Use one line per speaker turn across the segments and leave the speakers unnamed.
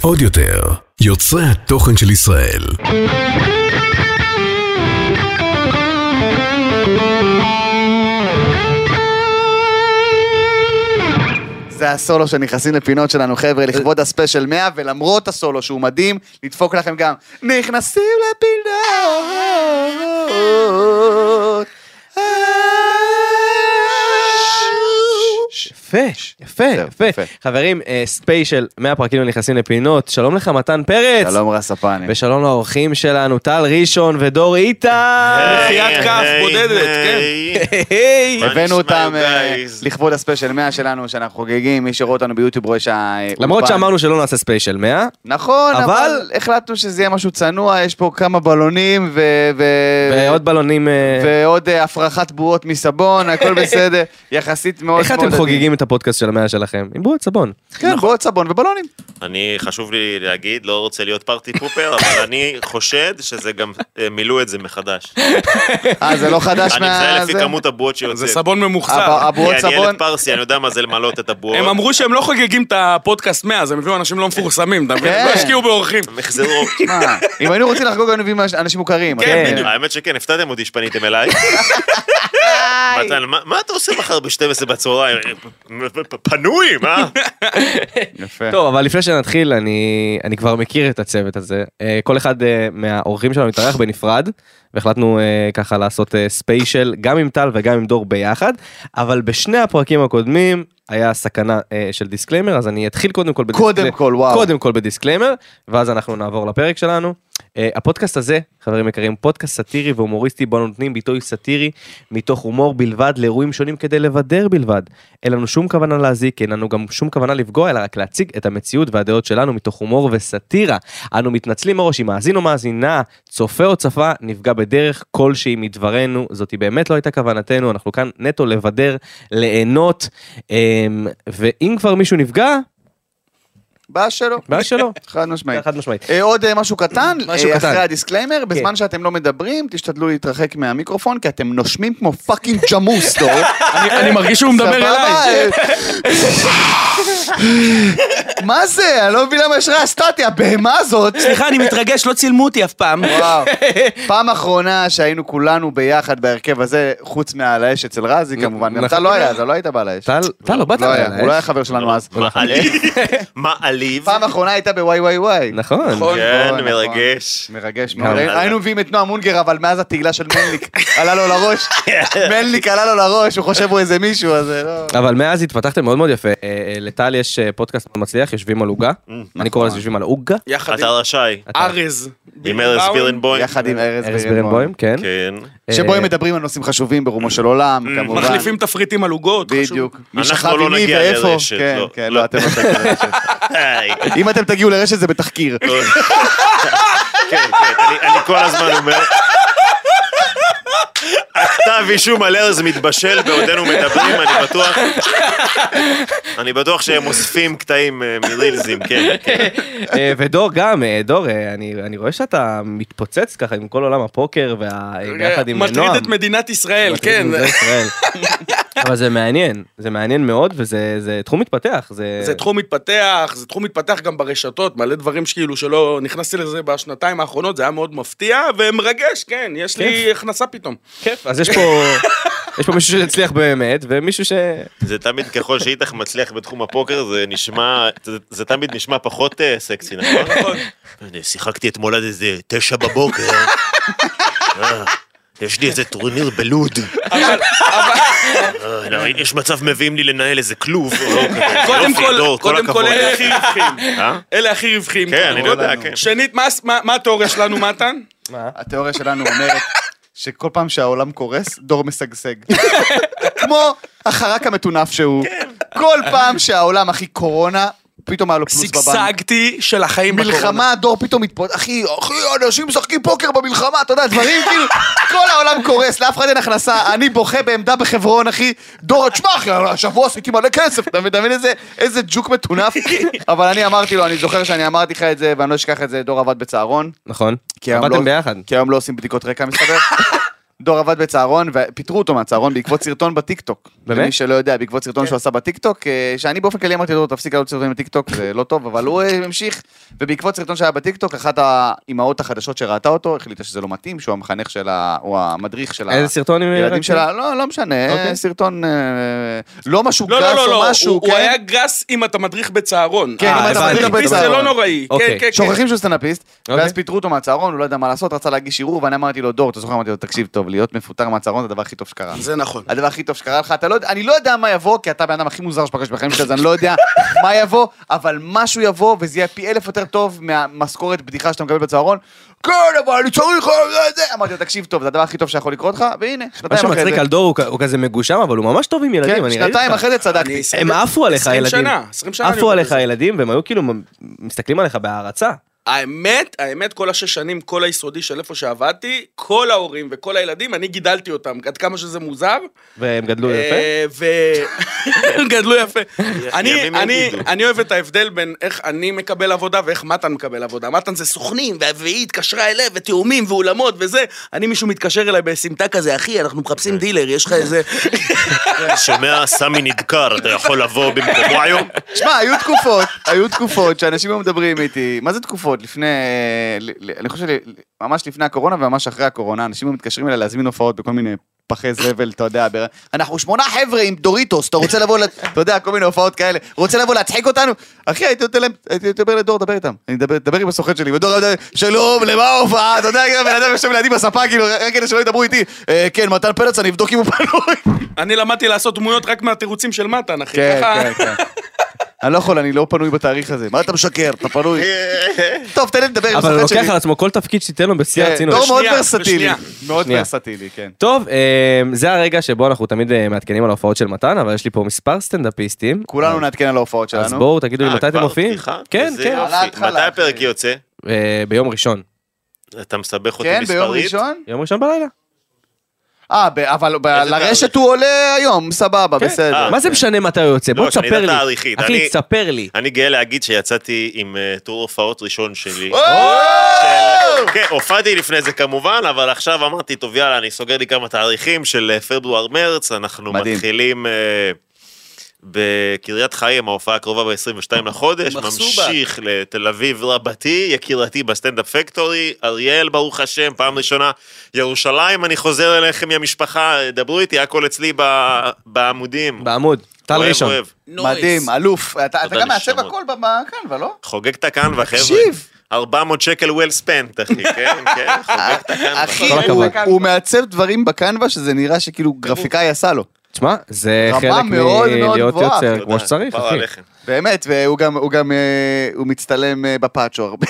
עוד יותר, יוצרי התוכן של ישראל.
זה הסולו שנכנסים לפינות שלנו, חבר'ה, לכבוד הספיישל 100, ולמרות הסולו שהוא מדהים, נדפוק לכם גם, נכנסים לפינות.
יפה, יפה,
זהו, יפה.
יפה. חברים, אה, ספיישל 100 פרקים הנכנסים לפינות. שלום לך, מתן פרץ.
שלום רס הפאני.
ושלום לאורחים שלנו, טל ראשון ודור איתן.
מחיית כף בודדת, כן.
היי.
מה
הבאנו
נשמע,
אותם
you
אה,
guys?
לכבוד הספיישל 100 שלנו, שאנחנו חוגגים, מי שרואה אותנו ביוטיוב רואה שה...
למרות
אולפן-
שאמרנו שלא נעשה ספיישל 100,
נכון,
אבל-
אבל החלטנו שזה יהיה משהו צנוע, יש פה כמה בלונים ו- ו-
ועוד בלונים... אה,
ועוד אה, הפרחת בועות מסבון, הכל בסדר, יחסית מאוד מאוד...
איך אתם
עדין.
חוגגים נכון. את הפודקאסט של המאה שלכם? עם בועת סבון.
כן, בועות סבון ובלונים.
אני, חשוב לי להגיד, לא רוצה להיות פארטי פופר, אבל אני חושד שזה גם, אה, מילאו את זה מחדש.
אה, זה לא חדש
אני
מה...
מציין לפי
זה?
כמות הבועות
זה
שיוצאת.
סבון ממוחזר.
הב- הבועות
כי אני
סבון...
ילד פרסי, אני יודע מה זה למלות את הבועות.
הם אמרו שהם לא חוגגים את הפודקאסט 100, אז הם הביאו אנשים לא מפורסמים, אתה מבין?
כן.
הם לא השקיעו באורחים.
הם החזרו.
כן,
מה, אם היינו רוצים לחגוג, היינו מביאים אנשים מוכרים.
כן,
אבל-
בדיוק.
האמת שכן, הפתעתם אותי שפניתם אליי. מתן, מה מה אתה עושה מחר ב-12 בצהריים? פ- פנוי, מה?
יפה.
טוב, אבל לפני שנתחיל, אני, אני כבר מכיר את הצוות הזה. אה, כל אחד אה, מהאורחים שלנו התארח בנפרד, והחלטנו אה, ככה לעשות אה, ספיישל גם עם טל וגם עם דור ביחד, אבל בשני הפרקים הקודמים היה סכנה אה, של דיסקליימר, אז אני אתחיל קודם כל בדיסקליימר.
קודם כל, וואו.
קודם כל בדיסקליימר, ואז אנחנו נעבור לפרק שלנו. אה, הפודקאסט הזה, חברים יקרים, פודקאסט סאטירי והומוריסטי, בו נותנים ביטוי סאטירי מתוך הומור בלבד לאירועים שונים כדי לבדר בלבד. אין לנו שום כוונה להזיק, אין לנו גם שום כוונה לפגוע, אלא רק להציג את המציאות והדעות שלנו מתוך הומור וסאטירה. אנו מתנצלים מראש אם מאזין או מאזינה, צופה או צפה, נפגע בדרך כלשהי מדברנו. זאתי באמת לא הייתה כוונתנו, אנחנו כאן נטו לבדר, ליהנות, אה, ואם כבר מישהו נפגע,
בעיה שלו.
בעיה שלו.
חד משמעית.
חד משמעית.
אה, עוד אה, משהו קטן,
משהו
אה,
קטן. כן.
אחרי הדיסקליימר, בזמן שאתם לא מדברים, תשתדלו להתרחק מהמיקרופון, כי אתם נושמים כמו פאקינג ג'מוס, דור.
אני אני מרגיש שהוא מדבר
סבבה?
אליי.
מה זה? אני לא מבין למה יש רעש סטטי, הבהמה הזאת.
סליחה, אני מתרגש, לא צילמו אותי אף פעם.
וואו. פעם אחרונה שהיינו כולנו ביחד בהרכב הזה, חוץ מעל האש אצל רזי כמובן, גם אתה
נכון.
לא היה, אז לא היית בעל האש.
טל, טל, לא באת
לא היה,
אליי.
הוא לא היה חבר שלנו אז.
מעליב. מעליב.
פעם אחרונה הייתה בוואי וואי וואי.
נכון.
כן,
נכון.
מרגש.
מרגש
גם.
מאוד.
אבל-
היינו מביאים את נועה מונגר, אבל מאז התהילה של מנליק עלה לו לראש. מנליק עלה לו לראש, הוא חושב הוא איזה מישהו, אז זה לא...
אבל מאז התפתחתם מאוד מאוד יפה. אה, אה, לטל יש אה, פודקאסט מאוד מצליח, יושבים על עוגה. אני קורא לזה יושבים על עוגה.
יחד
אתה
עם
רשאי.
ארז.
עם ארז בירנבוים.
יחד עם
ארז
ארז
בירנבוים,
בירנבוים.
כן.
כן.
שבו
אה,
הם מדברים על נושאים חשובים ברומו של עולם,
אה,
כמובן.
מחליפים תפריטים על עוגות. חשוב.
בדיוק. מי
אנחנו
שכב
לא
עם מי
נגיע
ואיפה.
לרשת,
כן,
לא.
כן,
לא.
לא, אתם לא תגיעו לרשת.
היי.
אם אתם תגיעו לרשת זה בתחקיר.
לא. כן, כן, אני- אני כל הזמן אומר... הכתב אישום על ארז מתבשל בעודנו מדברים, אני בטוח... אני בטוח שהם אוספים קטעים אה, מרילזים, כן, כן.
אה, ודור גם, אה, דור, אה, אני אני רואה שאתה מתפוצץ ככה עם כל עולם הפוקר וה- אה, ביחד עם נועם.
מטריד את מדינת ישראל,
מטריד
כן.
את מדינת ישראל. אבל זה מעניין, זה מעניין מאוד וזה זה תחום מתפתח.
זה תחום מתפתח, זה תחום מתפתח גם ברשתות, מלא דברים שכאילו שלא נכנסתי לזה בשנתיים האחרונות, זה היה מאוד מפתיע ומרגש, כן, יש לי הכנסה פתאום.
כיף. אז יש פה... יש פה מישהו שהצליח באמת, ומישהו ש...
זה תמיד, ככל שאיתך מצליח בתחום הפוקר, זה נשמע, זה- זה תמיד נשמע פחות אה, סקסי, נכון? אני שיחקתי אתמול עד איזה תשע בבוקר. אה, יש לי איזה טורניר בלוד. אה, לא, יש מצב מביאים לי לנהל איזה כלוב.
אוקיי,
אוקיי,
קודם
יופי,
כל,
דור, כל
קודם כל
הכבוד.
אלה הכי רווחים.
אה?
אלה הכי רווחים.
כן, אני יודע, כן.
שנית, מה הס- מה- מה התיאוריה שלנו, מתן?
התיאוריה שלנו אומרת שכל פעם שהעולם קורס, דור משגשג. כמו החרק המטונף שהוא.
כן.
כל פעם שהעולם, אחי, קורונה, פתאום היה לו פלוס בבנק.
שגשגתי של החיים בקורונה.
מלחמה, דור פתאום מתפוצץ, אחי, אחי, אנשים משחקים פוקר במלחמה, אתה יודע, דברים כאילו, כל העולם קורס, לאף אחד אין הכנסה, אני בוכה בעמדה בחברון, אחי, דור, תשמע, אחי, השבוע עשיתי מלא כסף, אתה מבין- אתה מבין איזה, איזה ג'וק מטונף? אבל אני אמרתי לו, אני זוכר שאני אמרתי לך את זה, ואני לא אשכח את זה, דור עבד בצהרון,
נכון.
כי היום
עבדתם
לא-
ביחד.
כי היום לא עושים בדיקות רקע, מסתבר. דור עבד בצהרון, ופיטרו אותו מהצהרון בעקבות סרטון בטיקטוק.
באמת?
למי שלא יודע, בעקבות
כן.
סרטון שהוא עשה בטיקטוק, אה, שאני באופן כללי אמרתי לו, תפסיק לעלות סרטונים בטיקטוק, זה לא טוב, אבל הוא אה, המשיך, ובעקבות סרטון שהיה בטיקטוק, אחת האימהות החדשות שראתה אותו, החליטה שזה לא מתאים, שהוא המחנך שלה, הוא המדריך שלה.
איזה סרטון עם
ילדים שלה, לא, לא משנה,
אוקיי.
סרטון, אה, לא משהו
לא,
גס
לא, לא,
או
לא,
משהו,
הוא הוא
כן?
היה גס אם אתה מדריך בצהרון.
כן,
אה,
אם אתה
הבנתי.
מדריך
זה
בצהרון.
לא נוראי.
אוקיי.
כן, כן, כן.
שוכחים שהוא סטנדאפיסט,
אוקיי.
ואז פיטרו אותו מהצהרון, הוא לא ידע מה לעשות, רצה להגיש ערעור, ואני אמרתי לו, דור, אתה זוכר? אמרתי לו, תקשיב טוב, להיות מפוטר מהצהרון זה הדבר הכי טוב שקרה.
זה נכון.
הדבר הכי טוב שקרה לך, אתה לא יודע, אני לא יודע מה יבוא, כי אתה הבן אדם הכי מוזר שפגש בחיים שלי, אז אני לא יודע מה יבוא, אבל משהו יבוא, וזה יהיה פי אלף יותר טוב מהמשכורת בדיחה שאתה מקבל בצהרון. כן, אבל אני צריך... אה, זה." אמרתי לו, תקשיב טוב, זה הדבר הכי טוב שיכול לקרות לך, והנה,
מה
שנתיים אחרי
שמצחיק
זה.
על דור הוא כ- הוא כזה מגושם, אבל הוא ממש טוב עם ילדים, אני
כן,
ראיתי אותך.
שנתיים אחרי זה צדקתי.
אני-
הם עפו עליך
20
הילדים.
שנה, 20 שנה אני
עפו
עובד
עליך
בזה.
הילדים, והם היו כאילו מ- מסתכלים עליך בהערצה.
האמת, האמת, כל השש שנים, כל היסודי של איפה שעבדתי, כל ההורים וכל הילדים, אני גידלתי אותם, עד כמה שזה מוזר.
והם גדלו יפה.
אה, ו... הם גדלו יפה. אני,
ימים
אני,
יגידו.
אני אוהב את ההבדל בין איך אני מקבל עבודה ואיך מתן מקבל עבודה. מתן זה סוכנים, וה- והיא התקשרה אליי, ותאומים, ואולמות, וזה. אני, מישהו מתקשר אליי בסמטה כזה, אחי, אנחנו מחפשים דילר, יש לך איזה... אה?
שומע, סמי נדקר, אתה יכול לבוא במקומו היום?
שמע, היו תקופות, היו תקופות שאנשים היו מדברים איתי, מה זה תקופות? לפני, ל- ל- אני חושב, ל- ממש לפני הקורונה וממש אחרי הקורונה, אנשים היו מתקשרים אליי להזמין הופעות בכל מיני פחי זבל, אתה יודע, בר- אנחנו שמונה חבר'ה עם דוריטוס, אתה רוצה לבוא, ל- אתה יודע, כל מיני הופעות כאלה, רוצה לבוא להצחיק אותנו? אחי, הייתי נותן להם, הייתי מדבר לדור, דבר איתם, אני מדבר, דבר עם הסוכן שלי, ודור היה מדבר, שלום, למה ההופעה? אתה יודע, בן אדם יושב לידי בספה, כאילו, רק כדי שלא ידברו איתי, "אה, כן, מתן פרץ, אני אבדוק אם הוא פנוי.
אני למדתי לעשות דמויות רק מהתירוצים של מתן, אחי.
כן,
ככה-
כן, כן. אני לא יכול, אני לא פנוי בתאריך הזה. מה אתה משקר? אתה פנוי. טוב, תן לי לדבר עם
אבל הוא
הסוכן שלי.
לוקח על עצמו כל תפקיד שתיתן לו בשיא
כן,
הרצינות.
דור מאוד
בשנייה,
ורסטילי.
בשנייה.
מאוד
בשנייה.
ורסטילי, כן.
טוב, אה, זה הרגע שבו אנחנו תמיד אה, מעדכנים על ההופעות של מתן, אבל יש לי פה מספר סטנדאפיסטים.
כולנו נעדכן על ההופעות שלנו.
אז בואו תגידו לי
אה,
מתי אתם
כבר
מופיעים.
פתיחה?
כן,
איזה
כן.
יופי.
על ההתחלה,
מתי הפרק
אחי.
יוצא?
אה, ביום ראשון.
אתה מסבך אותי
כן,
מספרית?
ביום ראשון?
יום ראשון בלילה.
אה, ב- אבל ב-
איזה
לרשת
תאריך?
הוא עולה היום, סבבה,
כן.
בסדר.
אה,
מה זה משנה מתי הוא יוצא? בוא
לא, שאני
תספר
אדע
לי.
תאריכית,
אחי,
אני-
תספר לי.
אני גאה להגיד שיצאתי עם אה, טור הופעות ראשון שלי. של- כן, הופעתי לפני זה כמובן, אבל עכשיו אמרתי, טוב, יאללה, אני סוגר לי כמה תאריכים של פברואר-מרץ, אנחנו
מדהים.
מתחילים אה, בקריית חיים, ההופעה הקרובה ב-22 לחודש,
מחסובה.
ממשיך לתל אביב רבתי, יקירתי בסטנדאפ פקטורי, אריאל, ברוך השם, פעם ראשונה, ירושלים, אני חוזר אליכם, יא משפחה, דברו איתי, הכל אצלי ב- בעמודים.
בעמוד. טל
אוהב,
ראשון.
אוהב.
מדהים, אלוף. אתה אתה
תודה
גם מעצב
נשמות.
הכל בקנבה, לא?
חוגג את הקנבה, חבר'ה.
תקשיב.
400 שקל well spent, אחי, כן, כן, חוגג את הקנבה.
אחי,
כל
הוא-
הכבוד.
הוא מעצב דברים בקנבה שזה נראה שכאילו
כן.
גרפיקאי עשה לו.
תשמע, זה
רמה
חלק
מאוד מאוד
מלהיות
גבוהה,
יוצר
אחי.
כמו שצריך,
כפרה
אחי.
עליכם.
באמת, והוא גם, הוא גם, אה, הוא מצטלם אה, בפאצ'ו הרבה.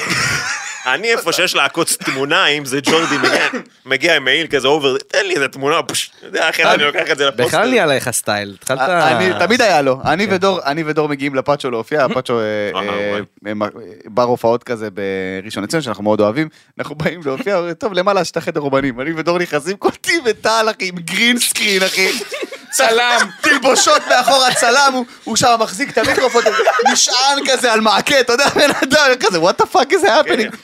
אני איפה שיש לעקוץ תמונה, אם זה ג'ורדי מגיע- מגיע עם מעיל כזה אובר, תן לי איזה תמונה, פש, אתה יודע, אחי, אני לוקח את זה לפוסטר.
בכלל נהיה עליך סטייל. התחלת...
אה, אני, תמיד היה לו, אני ודור, אני ודור מגיעים לפאצ'ו להופיע, הפאצ'ו אה,
אה,
אה,
וואי.
אה, מ- אה, בר הופעות כזה בראשון לציון שאנחנו מאוד אוהבים, אנחנו באים להופיע, אומרים, טוב למעלה יש את החדר אומנים, אני ודור נכנסים קולטים וטל אחי עם גרין סקרין אחי,
צלם.
תלבושות מאחור הצלם, הוא- הוא שם מחזיק את המיקרופון, נשען כזה על מעקה, אתה יודע, בן אדם כזה וואט דה פאק איזה הפנינג.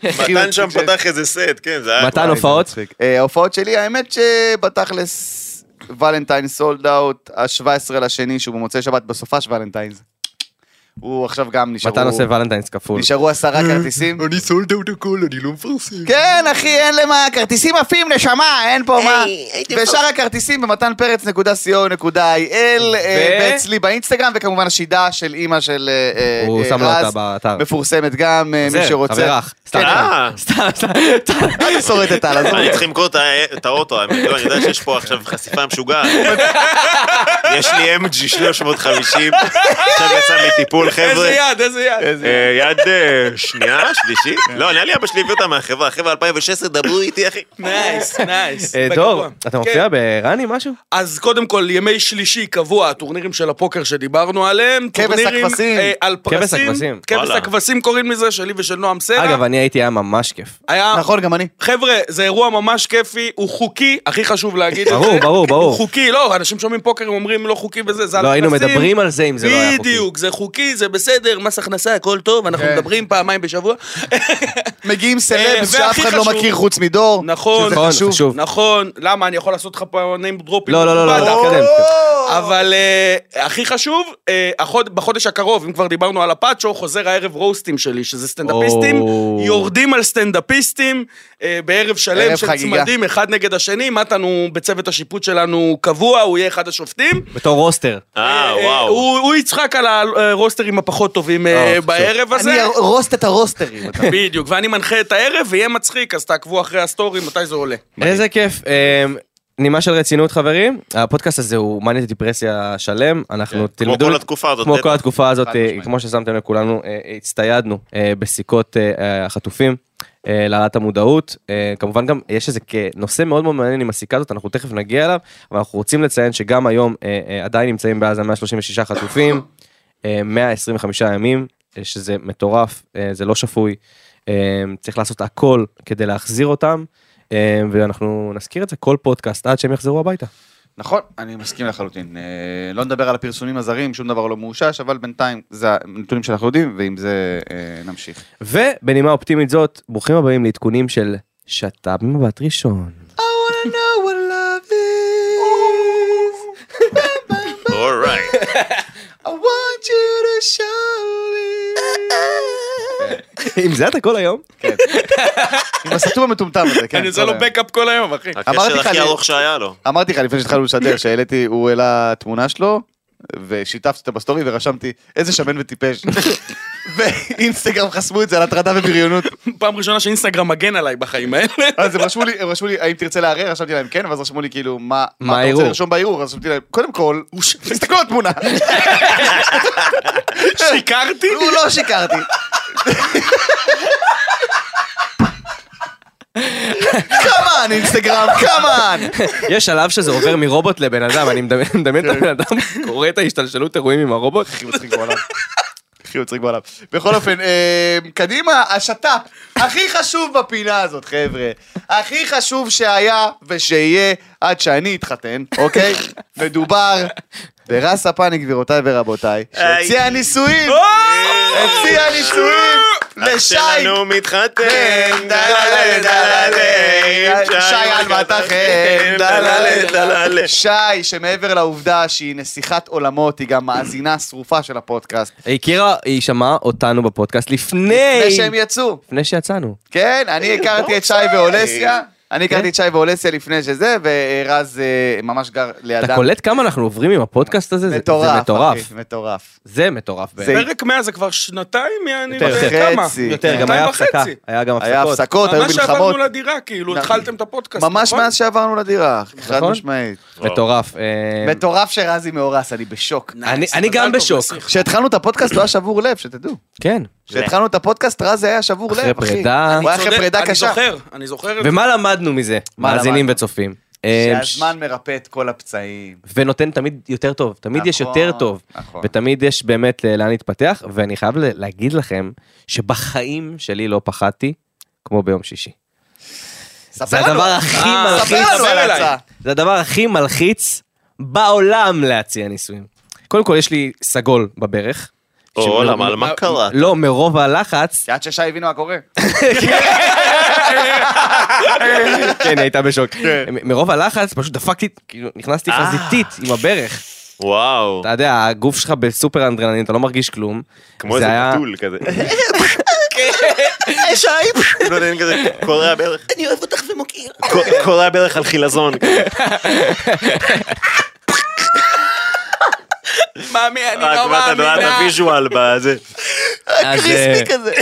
כן. מתן שם פתח איזה סט, כן, זה היה...
מתן הופעות?
אה, ההופעות שלי, האמת שבתכלס... ולנטיין סולד אאוט, ה-17 לשני שהוא במוצאי שבת בסופש ולנטיינס. הוא עכשיו גם נשארו...
מתן עושה ולנטיינס כפול.
נשארו עשרה כרטיסים.
אה, אני סולד אאוט הכל, אני לא מפרסם.
כן, אחי, אין למה, כרטיסים עפים, נשמה, אין פה מה. ושאר הכרטיסים במתן פרץ.co.il,
ו-
אה, ואצלי באינסטגרם, וכמובן השידה של אימא של אה, אה,
הוא
אה,
שם לו
רז,
אותה באתר.
מפורסמת גם, אה, מי
זה,
שרוצה.
חבר אח. סתם,
כן,
אה.
סתם, סתם, סתם.
אל תסורת את הלאה.
אני צריך למכור את ה- את האוטו, האמת, לא, אני יודע שיש פה עכשיו חשיפה משוגעת. יש לי MG 350, עכשיו יצא מטיפול,
איזה
חבר'ה.
יד, איזה יד.
אה, יד אה, שנייה, שלישית.
כן.
לא, נראה לי אבא שלי הביא אותה מהחברה, חבר'ה 2016, דברו איתי, אחי.
נייס, נייס.
אה, דור,
בגבוה.
אתה
כן.
מופיע ברני משהו?
אז קודם כל, ימי שלישי קבוע, הטורנירים של הפוקר שדיברנו עליהם.
כבש
טורנירים,
הכבשים.
אה, על
כבש
פרסים.
הכבשים.
כבש
וואלה.
הכבשים קוראים לזה, שלי ושל נועם סלע.
אגב, אני שאני הייתי היה ממש כיף.
היה...
נכון, גם אני.
חבר'ה, זה אירוע ממש כיפי, הוא חוקי, הכי חשוב להגיד את זה.
ברור, ברור, ברור.
הוא חוקי, לא, אנשים שומעים פוקר, הם אומרים לא חוקי וזה, זה על
לא היינו
כנסים.
מדברים על זה אם זה לא היה חוקי.
בדיוק, זה חוקי, זה בסדר, מס הכנסה, הכל טוב, אנחנו
כן.
מדברים פעמיים בשבוע.
מגיעים
אה,
סלבס שאף
והכי
אחד לא
חשוב-
מכיר חוץ מדור.
נכון,
שזה
נכון,
חשוב.
חשוב.
נכון, למה, אני יכול לעשות לך פה name dropping?
לא, לא, לא, לא,
באת.
לא, תתקדם.
אבל אה, הכי חשוב, אה, החוד- בחודש הקרוב, אם כבר דיברנו על הפאצ'ו, חוזר הערב רוסטים שלי, שזה סטנדאפיסטים,
או.
יורדים על סטנדאפיסטים אה, בערב שלם
ערב
של
חגיגה.
צמדים אחד נגד השני, מתן הוא בצוות השיפוט שלנו קבוע, הוא יהיה אחד השופטים.
בתור רוסטר.
אה,
אה,
וואו.
הוא הוא יצחק על הרוסטרים הפחות טובים אה,
אה, חשוב.
בערב הזה.
אני ארוסט את הרוסטרים. אתה-
בדיוק, ואני מנחה את הערב, ויהיה מצחיק, אז תעקבו אחרי הסטורי מתי זה עולה.
איזה כיף. אמ, נימה של רצינות חברים, הפודקאסט הזה הוא מניה דיפרסיה שלם, אנחנו
כן. כמו
תלמדו,
כל התקופה הזאת,
כמו
בטח.
כל התקופה הזאת,
חד
אה,
משמעית.
כמו ששמתם לב כולנו, אה, הצטיידנו אה, בסיכות אה, אה, החטופים, אה, להעלאת המודעות, אה, כמובן גם יש איזה כ- נושא מאוד מאוד מעניין עם הסיכה הזאת, אנחנו תכף נגיע אליו, אבל אנחנו רוצים לציין שגם היום אה, אה, עדיין נמצאים בעזה 136 חטופים, אה, 125 ימים, אה, שזה מטורף, אה, זה לא שפוי, אה, צריך לעשות הכל כדי להחזיר אותם. אה, ואנחנו נזכיר את זה כל פודקאסט עד שהם יחזרו הביתה.
נכון, אני מסכים לחלוטין. אה, לא נדבר על הפרסומים הזרים, שום דבר לא מאושש, אבל בינתיים זה הנתונים שאנחנו יודעים, ועם זה אה, נמשיך.
ובנימה אופטימית זאת, ברוכים הבאים לעדכונים של שת"פ ממבט ראשון.
אורייט.
עם זה אתה כל היום?
עם הסתום המטומטם הזה, כן.
אני לא עושה
כל
לו
היום.
בקאפ כל היום, אחי.
אמרתי
הקשר
לך,
הכי
אני-
ארוך שהיה לו.
אמרתי לך לפני שהתחלנו לשדר, שהעליתי, הוא העלה תמונה שלו, ושיתפתי אותה בסטורי ורשמתי, איזה שמן וטיפש. ואינסטגרם חסמו את זה על הטרדה ובריונות.
פעם ראשונה שאינסטגרם מגן עליי בחיים האלה.
אז הם רשמו לי, הם רשמו לי, האם תרצה לערער? רשמתי להם כן, ואז רשמו לי כאילו, מה,
מה
מה אתה רוצה
הערעור?
לרשום בערעור? אז רשמתי להם, קודם כל, הוא ש- תסתכלו על התמונה. כן.
שיקרתי?
הוא לא שיקרתי. כמובן אינסטגרם, כמובן.
יש שלב שזה עובר מרובוט לבן אדם, אני מדמיין- מדמיין את הבן אדם, קורא את ההשתלשלות אירועים עם הרובוט.
הכי מצחיק בעולם. הכי מצחיק בעולם. בכל אופן, אה, קדימה, השת"פ, הכי חשוב בפינה הזאת, חבר'ה. הכי חשוב שהיה ושיהיה עד שאני אתחתן, אוקיי? מדובר ברס הפאני, גבירותיי ורבותיי, שהציע הנישואים, הציע הנישואים לשי.
אח שלנו מתחתן.
דללה, דללה, שי על מטחן, דללה,
דללה.
שי, שמעבר לעובדה שהיא נסיכת עולמות, היא גם מאזינה שרופה של הפודקאסט.
היא הכירה, היא שמעה אותנו בפודקאסט לפני,
לפני שהם יצאו.
לפני שיצאנו.
כן, אני הכרתי את שי ואולסיה. אני הכרתי את שי ואולסיה לפני שזה, ורז אה, ממש גר לידם.
אתה קולט כמה אנחנו עוברים עם הפודקאסט הזה? זה- זה
מטורף, אחי,
מטורף.
מטורף.
זה מטורף.
זה-
בעיניי.
פרק 100 זה כבר שנתיים, יעני,
יותר
ו-
חצי.
כמה?
יותר, גם
שנתיים
היה הפסקה.
וחצי.
היה גם
היה
הפסקות.
הפסקות, היו
ממש
מלחמות.
עברנו לדירה, כאילו,
נ-
התחלתם את הפודקאסט,
ממש
נכון?
מאז שעברנו לדירה, חד
נכון.
משמעית.
מטורף. אה,
מטורף שרזי מאורס, אני בשוק.
אני-
נייס,
אני
מזל
גם
טוב,
בשוק.
נסיך.
כשהתחלנו את הפודקאסט הוא היה שבור לב, שתדעו.
כן.
כשהתחלנו את הפודקאסט רז היה שבור לב,
אחרי
אחי.
פרידה. אה,
הוא היה אחרי
צודק,
פרידה קשה.
אני זוכר, אני זוכר את זה.
ומה למדנו מזה?
מה
מאזינים
למדנו?
וצופים. אה,
שהזמן מרפא את כל הפצעים.
ונותן תמיד יותר טוב, תמיד יש
נכון,
יותר טוב,
נכון.
ותמיד יש באמת אה, לאן להתפתח, ואני חייב ל- להגיד לכם שבחיים שלי לא פחדתי כמו ביום שישי. זה
ספר לנו.
הדבר הכי
אה,
ספר
מלחיץ,
לנו
ספר
על
אליי.
ההצעה.
זה הדבר הכי מלחיץ בעולם להציע נישואים. קודם כל יש לי סגול בברך.
או,
שמרוב-
למה? על מה קרה?
לא, מרוב הלחץ,
כי עד ששי הבינו מה קורה.
כן, היא הייתה בשוק. מ- מרוב הלחץ פשוט דפקתי, כאילו נכנסתי
אה.
חזיתית עם הברך.
לא. וואו.
אתה יודע, הגוף שלך בסופר אנדרנלין, אתה לא מרגיש כלום.
כמו
זה
איזה
היה-
בתול כזה. שי! נותן כזה קורע ברך. אני אוהב אותך ומוקיר. קורע ברך על חילזון. כזה.
מאמי, אני
רק
לא
מה אתה בעד
מאמינה.
הוויז'ואל בזה.
אז, אה,
כזה.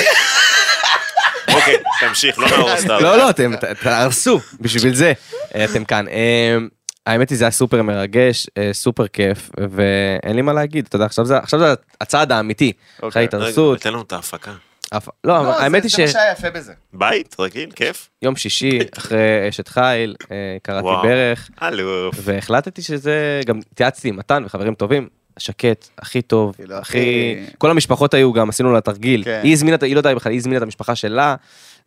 אוקיי, תמשיך, לא נהרוס את
לא, לא, אתם ת- תהרסו, בשביל זה אה, אתם כאן. אה, האמת היא, זה היה סופר מרגש, אה, סופר כיף, ואין לי מה להגיד, אתה יודע, עכשיו זה- עכשיו זה הצעד האמיתי.
אוקיי,
אחרי
רגע,
ההתארסות,
תן לנו את ההפקה.
אף- לא, אבל האמת היא
זה מה שהיה יפה בזה.
בית, רגיל, כיף.
שיום שישי, אחרי אשת חיל, אה, קראתי
וואו.
ברך,
אלוף.
והחלטתי שזה, גם התייעצתי עם מתן וחברים טובים, שקט, הכי טוב,
כאילו,
הכי...
הכי-
כל המשפחות היו גם, עשינו לה תרגיל.
כן.
היא הזמינה, את ה- היא לא יודעת בכלל, היא הזמינה את המשפחה שלה,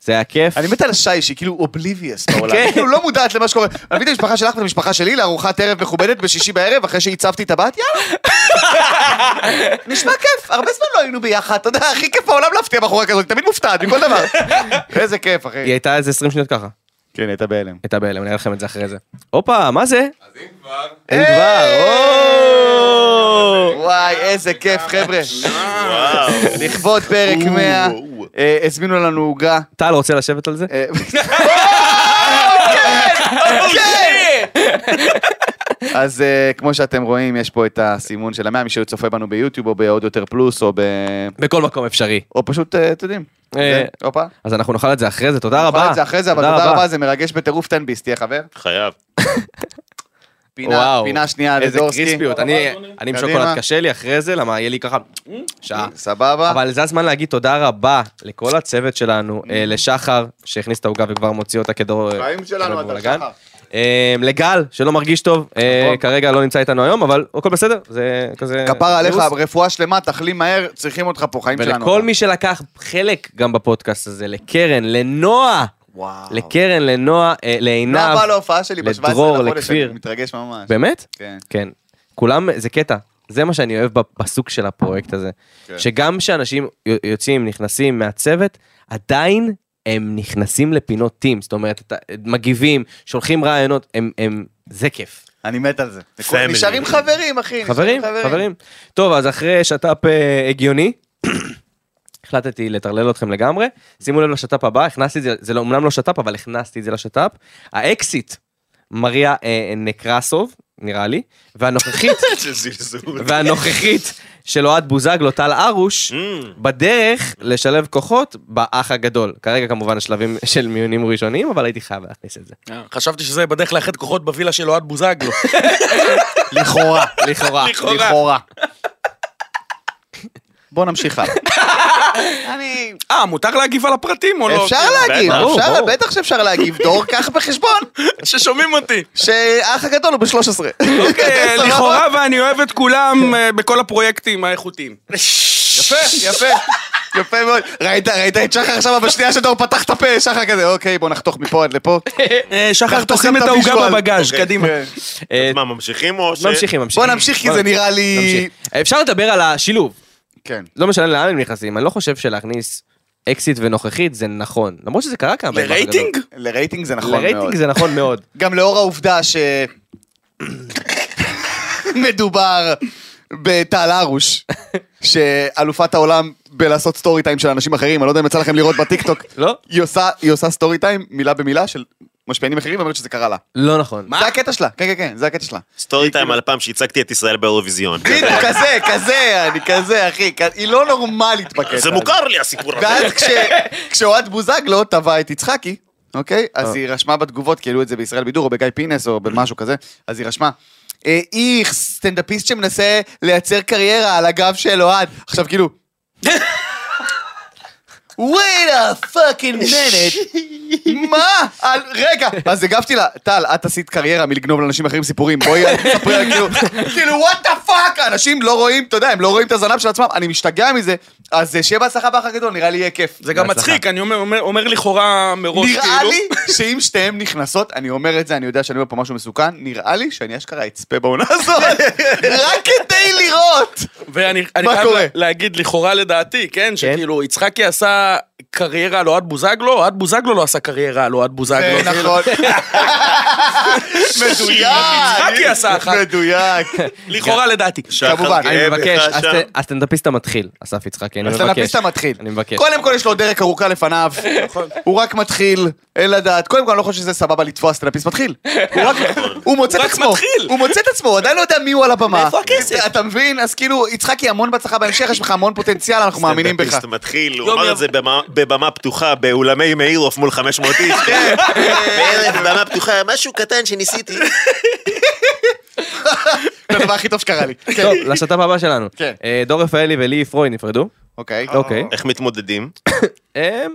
זה היה כיף.
אני מת על שי שהיא כאילו אובליביאס בעולם,
כן.
היא כאילו לא מודעת למה שקורה. אני מביא את המשפחה שלך ואת המשפחה שלי לארוחת ערב מכובדת בשישי בערב, אחרי שהצבתי את הבת, יאללה. נשמע כיף, הרבה זמן לא היינו ביחד, אתה יודע, הכי כיף בעולם להפתיע בחורה כזאת, היא תמיד מופתעת מכל דבר. איזה כיף,
היא
אחי.
הייתה איזה 20 שניות ככה.
כן, הייתה בהלם.
הייתה בהלם, אני אראה לכם את זה אחרי זה. הופה, מה זה?
אז אם כבר,
אין דבר, או!
וואי, איזה כיף, חבר'ה.
וואו.
לכבוד פרק 100, אה, הזמינו לנו עוגה.
טל רוצה לשבת על זה?
אה, אוקיי!
אוקיי!
אז אה, כמו שאתם רואים, יש פה את הסימון של המאה, מי שצופה בנו ביוטיוב או בעוד יותר פלוס או ב...
בכל מקום אפשרי.
או פשוט, אה, אתם יודעים.
אה,
זה, הופה.
אז אנחנו נאכל את זה אחרי זה, תודה רבה.
נאכל את זה אחרי זה, אבל תודה רבה, זה מרגש בטירוף תן ביס, תהיה חבר.
חייב.
פינה, פינה שנייה
איזה
לדורסקי.
קריספיות, אני אני עם
קדימה. Mm,
שוקולד קשה לי אחרי זה, למה יהיה לי ככה שעה.
סבבה.
אה.
Mm.
אבל זה הזמן להגיד תודה רבה לכל הצוות שלנו, אה, לשחר, שהכניס את העוגה וכבר מוציא אותה כדור... אה,
חיים שלנו, אתה
בבלגן.
שחר.
אה, לגל, שלא מרגיש טוב, אה,
נכון.
כרגע לא נמצא איתנו היום, אבל הכל בסדר, זה כזה...
כפרה עליך,
וירוס.
רפואה שלמה, תחלים מהר, צריכים אותך פה, חיים שלנו.
ולכל מי שלקח חלק גם בפודקאסט הזה, לקרן, לנועה,
וואו.
לקרן, לנועה, אה,
נעה
לעינב,
באה להופעה שלי ב-17
לדרור,
לחודש, אני
לכפיר.
מתרגש ממש.
באמת?
כן.
כן. כולם, זה קטע. זה מה שאני אוהב ב- בסוג של הפרויקט הזה.
כן.
שגם כשאנשים י- יוצאים, נכנסים מהצוות, עדיין הם נכנסים לפינות טים. זאת אומרת, אתה- מגיבים, שולחים רעיונות, הם, הם, זה כיף.
אני מת על זה. זה כל-
Family.
נשארים חברים, אחי. נשארים
חברים, חברים. טוב, אז אחרי שת"פ אה, הגיוני, החלטתי לטרלל אתכם לגמרי. שימו לב לשת"פ הבא, הכנסתי את זה, זה לא- אומנם לא שת"פ, אבל הכנסתי את זה לשת"פ. האקסיט, מריה אה, נקרסוב, נראה לי, והנוכחית,
איזה זלזול.
והנוכחית של אוהד בוזגלו, טל ארוש,
Mm.
בדרך לשלב כוחות באח הגדול. כרגע כמובן השלבים של מיונים ראשוניים, אבל הייתי חייב להכניס את זה.
חשבתי שזה בדרך לאחד כוחות בווילה של אוהד בוזגלו.
לכאורה.
לכאורה.
לכאורה. בוא נמשיך הלאה. אני...
אה, מותר להגיב על הפרטים או לא?
אפשר להגיב,
בטח,
אפשר,
אוקיי, ברור.
בטח שאפשר להגיב, דור, קח בחשבון
ששומעים אותי.
שהאח הגדול הוא ב-13.
אוקיי,
כן, סבבה?
לכאורה ואני אוהב את כולם אה, בכל הפרויקטים האיכותיים.
יפה, יפה, יפה מאוד. ראית, ראית את שחר עכשיו בשנייה שדור פתח את הפה, שחר כזה, אוקיי, בוא נחתוך מפה עד לפה.
אה, שחר,
אנחנו
תשים
גם
את
את
העוגה
הוויז'ואל.
בבגאז', קדימה.
כן.
אה,
מה, ממשיכים או ש...
ממשיכים, ממשיכים.
בוא נמשיך כי
בוא
זה נראה לי...
נמשיך. אפשר לדבר על השילוב.
כן.
לא משנה לאן הם נכנסים, אני לא חושב שלהכניס אקזיט ונוכחית זה נכון. למרות שזה קרה כמה פעמים.
לרייטינג?
לרייטינג זה נכון מאוד.
לרייטינג זה נכון מאוד.
גם לאור העובדה ש... מדובר בטל ארוש, שאלופת העולם בלעשות סטורי טיים של אנשים אחרים, אני לא יודע אם יצא לכם לראות בטיקטוק.
לא?
היא עושה, היא עושה סטורי טיים, מילה במילה של משפיענים אחרים, ואומרת שזה קרה לה.
לא נכון.
זה הקטע שלה, כן, כן, כן, זה הקטע שלה.
סטורי טיים על הפעם שהצגתי את ישראל באירוויזיון.
בדיוק, כזה, כזה, אני כזה, אחי, כ- היא לא נורמלית בקטע. הזה.
זה מוכר לי הסיפור הזה.
ואז כש- כשאוהד בוזגלו תבע את יצחקי, אוקיי? אז היא רשמה בתגובות, כי העלו את זה בישראל בידור, או בגיא פינס, או במשהו כזה, אז היא רשמה. "אה, איך, סטנדאפיסט שמנסה לייצר קריירה על הגב של אוהד. עכשיו כאילו... wait a fucking minute. מה? על- רגע. אז הגבתי לה, טל, את עשית קריירה מלגנוב לאנשים אחרים סיפורים, בואי אל תספרי לה, כאילו, כאילו, what the fuck, אנשים לא רואים, אתה יודע, הם לא רואים את הזנב של עצמם, אני משתגע מזה, אז אה, שיהיה בהצלחה באח הגדול, נראה לי יהיה כיף.
זה גם מצחיק, אני אומר- אומר- אומר לכאורה מראש,
נראה
כאילו.
לי שאם שתיהן נכנסות, אני אומר את זה, אני יודע שאני אומר פה משהו מסוכן, נראה לי שאני אשכרה אצפה בעונה הזאת, רק כדי לראות.
ואני אני
מה
חייב
קורה?
לה- להגיד לכאורה לדעתי, כן? שכאילו יצחקי עשה קריירה על אוהד בוזגלו, אוהד בוזגלו לא עשה קריירה על אוהד בוזגלו. כאילו.
נכון. מדויק.
יצחקי עשה אחת.
מדויק.
לכאורה לדעתי.
שחר
כמובן,
גאה
אני
בך
מבקש,
שם.
הסט- הסטנדאפיסט המתחיל, אסף יצחקי, אני מבקש.
הסטנדאפיסט המתחיל.
אני
כן.
מבקש.
קודם כל יש לו דרך ארוכה לפניו,
נכון.
הוא רק מתחיל, אין לדעת, קודם כל אני לא חושב שזה סבבה לתבוע סטנדאפיסט מתחיל, הוא רק- הוא מוצא את
הוא רק
עצמו,
מתחיל.
הוא מוצא את עצמו, הוא עדיין לא יודע מי הוא על הבמה,
מאיפה הכסף?
אתה- אתה מבין, אז כאילו יצחקי המון בהצלחה בהמשך, יש לך המון פוטנציאל, אנחנו מאמינים בך,
סטנדאפיסט מתחיל, הוא
יום
אמר
יום.
את זה במה- בבמה פתוחה, באולמי מאירוף מול 500 איש. בערב במה פתוחה, משהו קטן שניסיתי.
זה הדבר הכי טוב שקרה לי, כן.
טוב, לשת"פ הבא שלנו.
כן.
אה, דור רפאלי ולי פרויד נפרדו.
אוקיי,
אוקיי.
איך מתמודדים?
אה,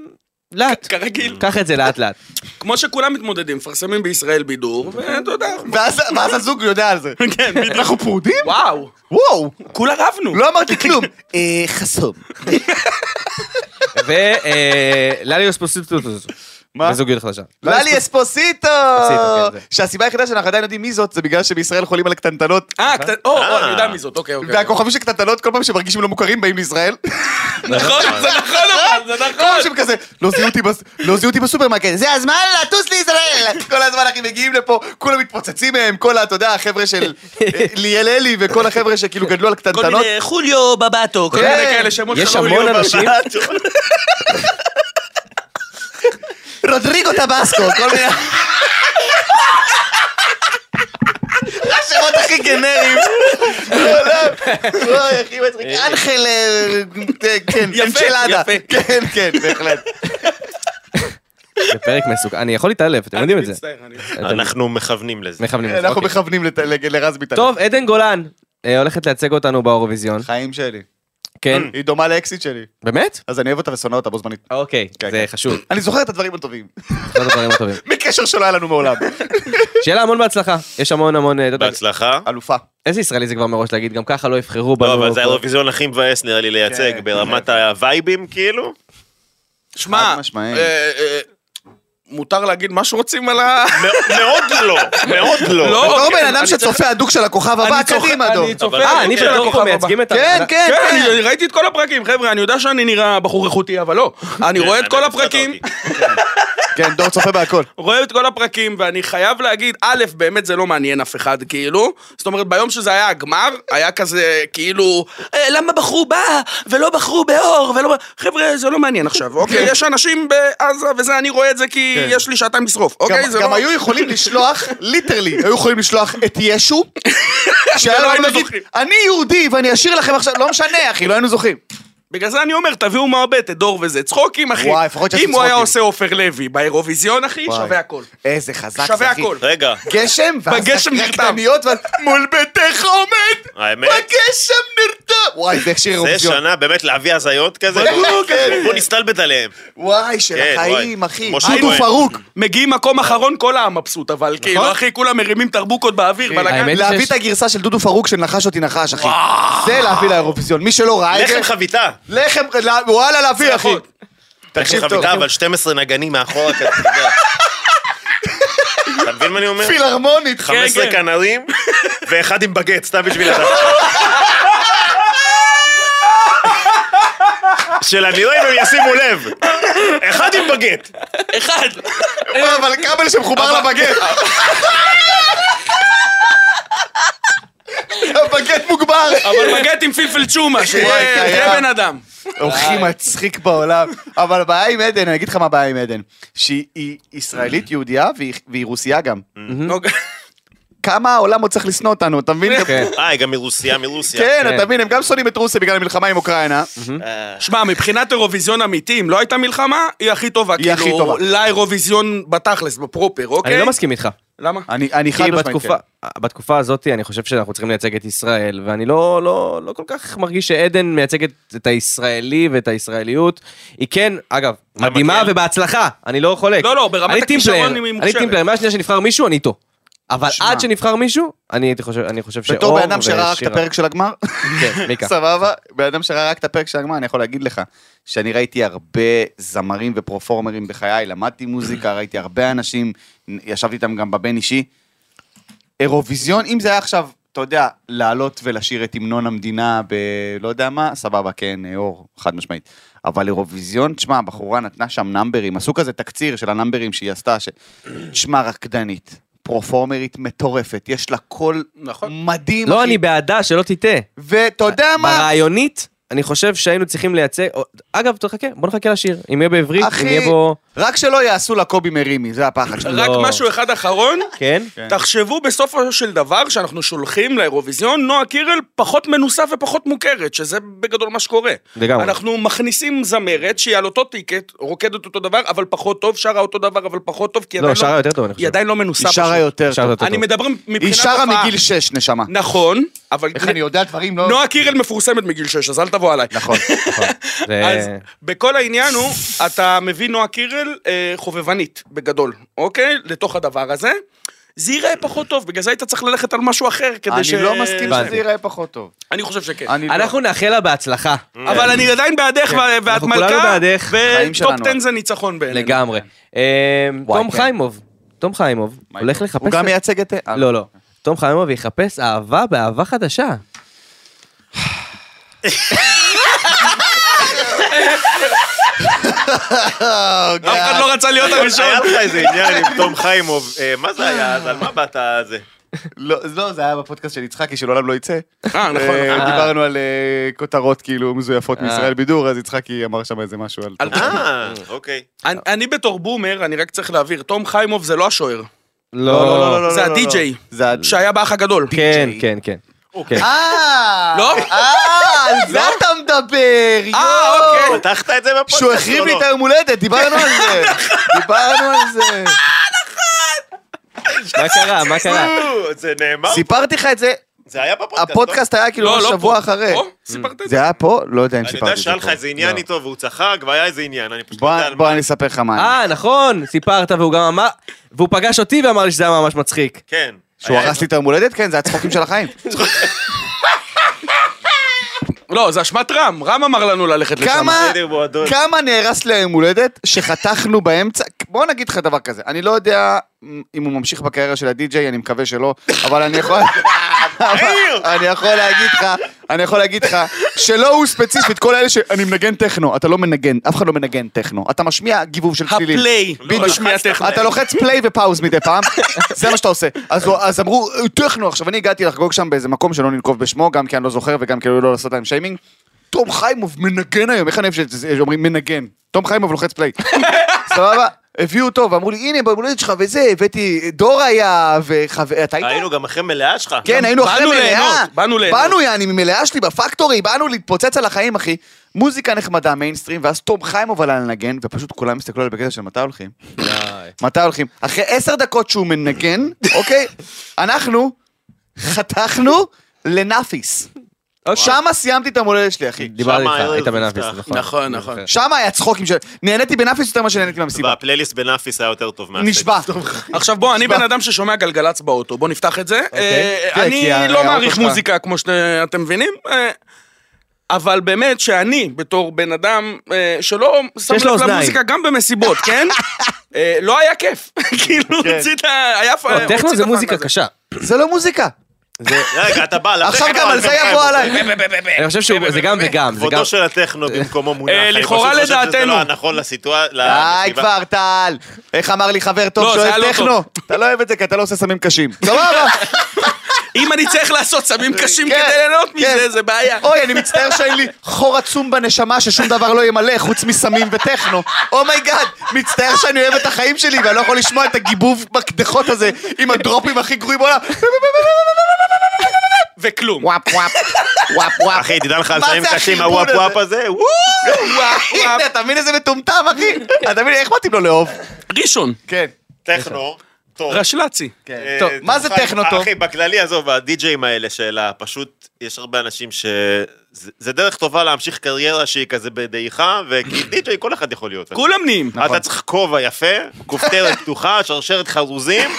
לאט.
כרגיל.
קח את זה לאט לאט.
כמו שכולם מתמודדים, מפרסמים בישראל בידור, ואתה יודע.
ואז ואז הזוג יודע על זה.
כן, בדיוק.
אנחנו פרודים?
וואו,
וואו.
כולה רבנו.
לא אמרתי כלום. אה, חסום.
וללי אוספוסיטוטוס.
מה?
אה, בזוגיות חדשה.
לא
ללי אספוסיטו!
אספוסיטו, כן, זה.
שהסיבה היחידה שאנחנו עדיין יודעים מי זאת זה בגלל שבישראל חולים על קטנטנות.
אה, קטן, או, או, אני יודע מי זאת, אוקיי, אוקיי.
והכוכבים של קטנטנות כל פעם שמרגישים לא מוכרים באים לישראל.
נכון, זה נכון,
אה?
אבל, זה
כל פעם
נכון.
שהם כזה, לא זיהו אותי בס- לא זיהו אותי בסופרמרקט, זה הזמן לטוס לישראל! כל הזמן אחי מגיעים לפה, כולם מתפוצצים מהם, כל ה- אתה יודע, החבר'ה של אה, ליאל אלי וכל החבר'ה שכאילו גדלו על
כל
קטנטנות.
מיני חוליו בבטו, כל
כן.
מיני כאלה שמות
יש
שלא
המון
יהיו
אנשים-
בבטו.
רודריגו טבסקו, כל מיני... השמות הכי גנריים. וואי, הכי מצחיק. אנחל, אה, אה, כן,
יפה,
אנצ'לדה.
יפה. אוקיי.
כן, כן, בהחלט.
זה פרק מסוכן. אני יכול להתעלף, אתם יודעים את זה.
מצטער, אני-
אתם
אה, אנחנו מכוונים לזה.
מכוונים את זה.
אנחנו
אוקיי.
מכוונים לת- לג- לרז ביטן.
טוב, עדן גולן אה, הולכת לייצג אותנו באירוויזיון.
חיים שלי.
כן.
Mm.
היא דומה לאקסיט שלי.
באמת?
אז אני אוהב אותה ושונא אותה בו זמנית.
אוקיי,
כן,
זה
כן.
חשוב.
אני זוכר את הדברים הטובים.
אחד הדברים הטובים.
מקשר שלא היה לנו מעולם.
שיהיה לה המון בהצלחה. יש המון המון... אה, אתה יודע,
בהצלחה.
אלופה.
איזה ישראלי זה כבר מראש להגיד, גם ככה לא יבחרו בנו.
לא, אבל זה
כל-
האירוויזיון הכי מבאס נראה לי לייצג,
כן.
ברמת הווייבים כאילו.
שמע,
חד משמעית.
אה, אה, מותר להגיד מה שרוצים על ה...
מא- מאוד לא, מאוד
לא,
לא.
בתור
אוקיי,
בן אדם
אני
שצופה הדוק של הכוכב הבא,
אני צוחק-
קדימה דוב.
אני צוחק.
אה, אני
אוקיי,
ואתה
אוקיי,
פה
אוקיי,
מייצגים את ה...
כן, כן,
כן,
כן.
אני ראיתי את כל הפרקים, חבר'ה, אני יודע שאני נראה בחור איכותי, אבל לא. אני רואה את כל הפרקים,
אוקיי.
כן, דור צופה בהכל.
רואה את כל הפרקים, ואני חייב להגיד, א', באמת זה לא מעניין אף אחד, כאילו. זאת אומרת, ביום שזה היה הגמר, היה כזה, כאילו, "אה, למה בחרו בה, ולא בחרו באור, ולא... ב-" חבר'ה, זה לא מעניין עכשיו, אוקיי? יש אנשים בעזה, וזה, אני רואה את זה כי יש לי שעתיים לשרוף, אוקיי?
כן. גם-
זה
גם
לא-
היו יכולים לשלוח, ליטרלי, היו יכולים לשלוח את ישו, שהיה
ולא
לו
לא היינו
להגיד,
זוכרים.
אני יהודי ואני אשאיר לכם עכשיו, לא משנה אחי, לא היינו זוכים.
בגלל זה אני אומר, תביאו מעבד, את דור וזה. צחוקים, אחי.
וואי, לפחות שיש
אם הוא היה
צחוקים.
עושה עופר לוי באירוויזיון, אחי, שווה הכל.
איזה חזק זה,
שווה
אחי.
הכל.
רגע,
גשם, ואז
בגשם אה.
הקרקדניות, ואז מול ביתך עומד,
האמת?
בגשם נרדם. וואי, זה שיר
זה
אירוויזיון.
שנה באמת להביא הזיות כזה.
בדיוק, אוקיי. אחי.
בוא נסתלבט עליהם.
וואי, של
כן, וואי.
החיים, אחי.
כמו
דודו
שכהן.
פרוק.
מגיעים מקום אחרון, כל העם מבסוט, אבל כאילו, אחי, כולם מרימים תרבוקות באוויר,
נכון.
בלאגן.
כן, האמת היא
להביא
שיש-
את הגרסה של דודו פרוק של נחש אותי נחש, אחי. זה להביא לאירוויזיון. מי שלא ראה את זה,
לחם חביתה.
לחם, וואלה, להביא, אחי.
נכון.
לחם
תקשיב טוב.
חביתה, אבל 12 נגנים מאחורה כזה. אתה יודע. אתה מבין מה אני אומר?
פילהרמונית.
15
כן.
כנרים, ואחד עם בגט, סתם בשביל הדף. של הנראה אם הם ישימו לב. אחד עם בגט.
אחד.
אבל כבל שמחובר לבגט. הבגט מוגבר.
אבל מגט עם פלפל
כן,
צ'ומה,
וואי,
שיהיה
זה
זה
היה-
בן אדם.
הוא הכי מצחיק בעולם. אבל הבעיה עם עדן, אני אגיד לך מה הבעיה עם עדן. שהיא ישראלית יהודייה והיא- והיא רוסייה גם.
Mm.
אוקיי.
כמה העולם עוד צריך לשנוא אותנו, אתה מבין?
כן.
אה, היא גם מרוסיה, מרוסיה.
כן,
כן. Mm-hmm.
אתה מבין, הם גם שונאים את רוסיה בגלל המלחמה עם אוקראינה.
שמע, מבחינת אירוויזיון אמיתי, אם לא הייתה מלחמה, היא הכי טובה.
היא הכי טובה.
כאילו, לאירוויזיון בתכלס, בפרופר, אוקיי?
אני לא מסכים איתך.
למה?
אני אני חד
כי
משמעית. כן.
בתקופה, בתקופה הזאת אני חושב שאנחנו צריכים לייצג את ישראל, ואני לא, לא, לא כל כך מרגיש שעדן מייצגת את הישראלי ואת הישראליות. היא כן, אגב, מדהימה
כן?
ובהצלחה, אני לא חולק.
לא, לא, ברמת
אני
הכישרון
טימפלר,
היא
אני
מוכשרת.
טימפלר, מהשנייה שנבחר מישהו, אני איתו. אבל
שמע.
עד שנבחר מישהו, אני הייתי חושב, אני חושב
כן.
שאור
בתור בן אדם שראה רק את
ושירה-
הפרק של הגמר,
כן, מיקה.
סבבה, בן אדם שראה רק את הפרק של הגמר, אני יכול להגיד לך שאני ראיתי הרבה זמרים ופרופורמרים בחיי, למדתי מוזיקה, ראיתי הרבה אנשים, ישבתי איתם גם בבין אישי. אירוויזיון, אם זה היה עכשיו, אתה יודע, לעלות ולשיר את המנון המדינה ב... לא יודע מה, סבבה, כן, אור, חד משמעית. אבל אירוויזיון, תשמע, הבחורה נתנה שם נאמברים, עשו כזה תקציר של הנאמברים שהיא עשתה, ש... תשמע, רקדנית, פרופורמרית מטורפת, יש לה קול
נכון.
מדהים.
לא,
אחי.
אני בעדה, שלא תטעה.
ואתה יודע מה?
ברעיונית, אני חושב שהיינו צריכים לייצג... או- אגב, תחכה, בוא נחכה לשיר. אם יהיה בעברית, אם
אחי,
יהיה בו...
רק שלא יעשו לה קובי מרימי, זה הפחד שלי.
רק
לא.
משהו אחד אחרון.
כן?
תחשבו בסופו של דבר שאנחנו שולחים לאירוויזיון נועה קירל פחות מנוסה ופחות מוכרת, שזה בגדול מה שקורה.
לגמרי.
אנחנו מכניסים זמרת שהיא על אותו טיקט, רוקדת אותו דבר, אבל פחות טוב, שרה אותו דבר, אבל פחות טוב, כי
לא,
עדיין
שרה יותר טוב, אני חושב.
היא עדיין לא מנוסה.
היא שרה
פשוט.
יותר
שרה
טוב.
יותר
אני
טוב.
מדבר מבחינת...
היא שרה
הופעה.
מגיל 6, נשמה.
נכון, אבל...
איך אני יודע דברים לא...
נועה קירל מפורסמת מגיל 6, אז אל תבוא עליי.
נכון, נכון. זה-
אז בכל העניין הוא, אתה מביא נועה קירל אה, חובבנית, בגדול, אוקיי? לתוך הדבר הזה. זה ייראה פחות טוב, בגלל זה היית צריך ללכת על משהו אחר, כדי ש...
אני לא מסכים שזה
הבנתי.
ייראה פחות טוב.
אני חושב שכן.
אני לא. אה. כן.
אנחנו נאחל לה בהצלחה.
אבל אני עדיין בעדך, ו- ואת
אנחנו
מלכה,
כולנו בעדך.
חיים
וטופ
שלנו.
10 זה ניצחון בעינינו.
לגמרי. אה,
וואי,
תום
כן.
חיימוב, תום חיימוב, הולך לחפש...
הוא גם מייצג את... אה,
לא, לא. תום חיימוב יחפש אהבה באהבה חדשה.
אף אחד לא רצה להיות הראשון.
היה לך איזה עניין עם תום חיימוב, אה, מה זה היה אז? על מה באת זה?
לא, לא, זה היה בפודקאסט של יצחקי שלעולם לא יצא.
אה, נכון.
אה,
אה,
דיברנו על אה, כותרות כאילו מזויפות
אה.
מישראל בידור, אז יצחקי אמר שם איזה משהו על...
על-
אה, אוקיי.
אני- אני בתור בומר, אני רק צריך להבהיר, תום חיימוב זה לא השוער.
לא,
זה הדי-ג'יי,
זה ה-
שהיה באח הגדול.
כן, כן, כן. כן. לא,
אה!
לא?
אה, על זה אתה מדבר!
אה,
יואו.
אוקיי.
פתחת את זה בפודקאסט
שהוא החריב
או
לי
לא?
את היום הולדת, דיברנו על זה! דיברנו על זה!
מה קרה? מה קרה?
או, אה, זה נאמר?
סיפרתי לך את זה,
זה היה בפודקאסט, לא?
הפודקאסט היה כאילו
לא, לא
שבוע
פה.
אחרי.
פה? סיפרת את זה?
זה היה פה? לא יודע אם
אני
סיפרתי
יודע
את זה.
שהיה לך
פה.
איזה עניין איתו והוא צחק והיה איזה עניין, אני פשוט לא
לא. בוא-
יודע על
בוא
מה.
אני אספר לך מה. אני-
אה, נכון, סיפרת והוא גם אמר... והוא פגש אותי ואמר לי שזה היה ממש מצחיק.
כן.
שהוא
היה-
הרס לי את היום הולדת? כן, זה הצחוקים של החיים.
לא, זה אשמת רם, רם אמר לנו ללכת לשם.
כמה,
בסדר, מועדון.
כמה נהרס ליום הולדת שחתכנו באמצע? בוא נגיד לך דבר כזה, אני לא יודע אם הוא ממשיך בקריירה של הדי-ג'יי, אני מקווה שלא, אבל אני יכול... אבל אני יכול להגיד לך, אני יכול להגיד לך, שלא הוא ספציפית, כל אלה ש... אני מנגן טכנו, אתה לא מנגן, אף אחד לא מנגן טכנו, אתה משמיע גיבוב של צלילים.
הפליי,
בדיוק.
בשמיע טכני.
אתה לוחץ פליי ופאוז מדי פעם, זה מה שאתה עושה. אז הוא- אז אמרו, "אה, טכנו, עכשיו אני הגעתי לחגוג שם באיזה מקום שלא ננקוב בשמו, גם כי אני לא זוכר וגם כי לא לעשות להם שיימינג. תום חיימוב מנגן היום, איך אני אוהב שאומרים מנגן. תום חיימוב לוחץ פליי. סבבה? הביאו אותו ואמרו לי, הנה, במולדת שלך וזה, הבאתי, דור היה, וחבר, אתה היית?
היינו גם אחרי מלאה שלך.
כן, היינו אחרי
באנו
מלאה.
ליהנות, באנו ליהנות.
באנו, יעני, ממלאה שלי בפקטורי, באנו להתפוצץ על החיים, אחי. מוזיקה נחמדה, מיינסטרים, ואז תום חיימוב עלה לנגן, ופשוט כולם הסתכלו עליו בקטע של מתי הולכים. מתי הולכים? אחרי עשר דקות שהוא מנגן, אוקיי? אנחנו חתכנו לנאפיס.
אה,
שמה סיימתי את המולדת שלי, אחי.
דיברתי
שמה
איתך,
היה
היית
זה
בנאפיס,
מובטח.
נכון.
נכון, נכון.
שמה היה צחוקים של... נהניתי בנאפיס יותר ממה שנהניתי במסיבה.
והפלייליסט בנאפיס היה יותר טוב מהסקס.
נשבע.
עכשיו בוא, אני בן אדם ששומע גלגלצ באוטו, בוא נפתח את זה. אה,
כן,
אני
כי ה-
לא
האוטו
מעריך
שלך-
מוזיקה כמו שאתם מבינים, אה, אבל באמת שאני, בתור בן אדם אה, שלא שם
שיש לו
לב
אוזניים.
למוזיקה גם במסיבות, כן? אה, לא היה כיף. כאילו,
כן.
הוציא את ה... היה פ- הוציא את
טכנו זה
הפאן
מוזיקה
אה, הזה.
קשה.
זה לא מוזיקה.
רגע, אתה בא,
עכשיו גם על זה יבוא
אה,
עליי.
אני חושב שזה גם וגם, זה גם...
כבודו של הטכנו במקומו מונח.
אה,
אני פשוט
לכאורה
חושב שזה
לדעתנו.
לא היה נכון לסיטואציה.
די אה, כבר, טל. איך אמר לי חבר
אה, לא,
טוב
זה היה
שאוהב
לא
טכנו?
טוב.
אתה לא אוהב את זה כי אתה לא עושה סמים קשים. סבבה.
אם אני צריך לעשות סמים קשים
כן,
כדי ליהנות
כן.
מזה, זה בעיה.
אוי, אני מצטער שאין לי חור עצום בנשמה ששום דבר לא ימלא חוץ מסמים וטכנו. אומייגאד, מצטער שאני אוהב את החיים שלי ואני לא יכול לשמוע את הגיבוב בקדחות הזה עם הדרופים הכי גרועים בעולם.
וכלום.
וואפ וואפ, וואפ וואפ.
אחי, תדע לך,
מה
על
זה
סמים קשים,
החרבון
הוואפ
הזה?
וואפ הזה, וואו.
וואו,
הנה, אתה מבין איזה מטומטם, אחי? אתה מבין, איך מתאים לו לאהוב?
ראשון,
כן.
טכנו, טוב.
רשל"צי.
אה,
טוב, מה זה
חיים,
טכנו
אה,
טוב?
אחי, בכללי, עזוב, הדי-ג'אים האלה שאלה, פשוט יש הרבה אנשים ש... זה זה דרך טובה להמשיך קריירה שהיא כזה בדעיכה, וכי די-ג'יי כל אחד יכול להיות.
כולם נהיים.
נכון.
אתה צריך כובע יפה, כופתרת פתוחה, שרשרת חרוזים,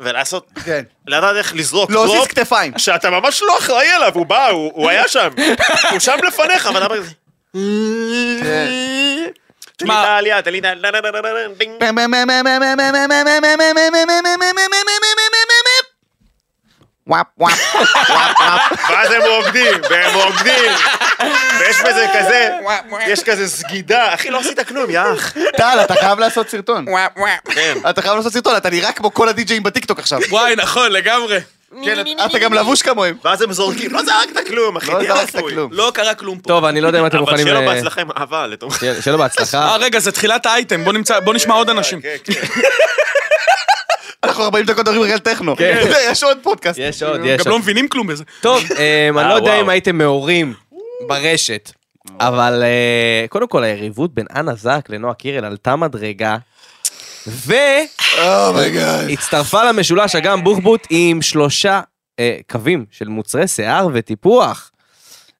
ולעשות...
כן.
לדעת איך לזרוק
להוזיז
דרופ,
כתפיים.
שאתה ממש לא אחראי עליו, הוא בא, הוא הוא היה שם, הוא שם לפניך, אבל למה...
אה.
תן לי
מה?
את העלייה, תן לי את ה... נה, נה, נה, נה, נה, נה, דינג.
וואפ וואפ.
ואז הם רוקדים, והם רוקדים, ויש בזה כזה, יש כזה סגידה, אחי, לא עשית כלום, יא אח.
טל, אתה חייב לעשות סרטון.
כן.
אתה חייב לעשות סרטון, אתה נראה כמו כל הדי-ג'אים בטיקטוק עכשיו.
וואי, נכון, לגמרי.
כן, אתה גם לבוש כמוהם.
ואז הם זורקים, לא זרקת כלום, אחי,
לא
תהיה
זרקת
רפואי.
כלום. אה,
לא קרה כלום פה.
טוב, אני לא יודע אם אתם
אבל
מוכנים...
שיהיה לו
ל-
בהצלחה עם אהבה, לתומך.
כן,
שיהיה- שיהיה לו בהצלחה.
אה, רגע, זה תחילת האייטם, בוא נמצא- בוא נשמע עוד אנשים.
כן, כן.
אנחנו 40 דקות מדברים רק על טכנו.
כן.
זה, יש עוד פודקאסט.
יש עוד, יש
גם לא
עוד.
מבינים כלום בזה.
טוב, אמ, אני
אה,
לא יודע
וואו.
אם הייתם מעורים ברשת, אבל אה, קודם כל היריבות בין אנה זק לנועה קירל עלתה מדרגה, והצטרפה
Oh אומייגאד.
למשולש אגם בוחבוט עם שלושה אה, קווים של מוצרי שיער וטיפוח.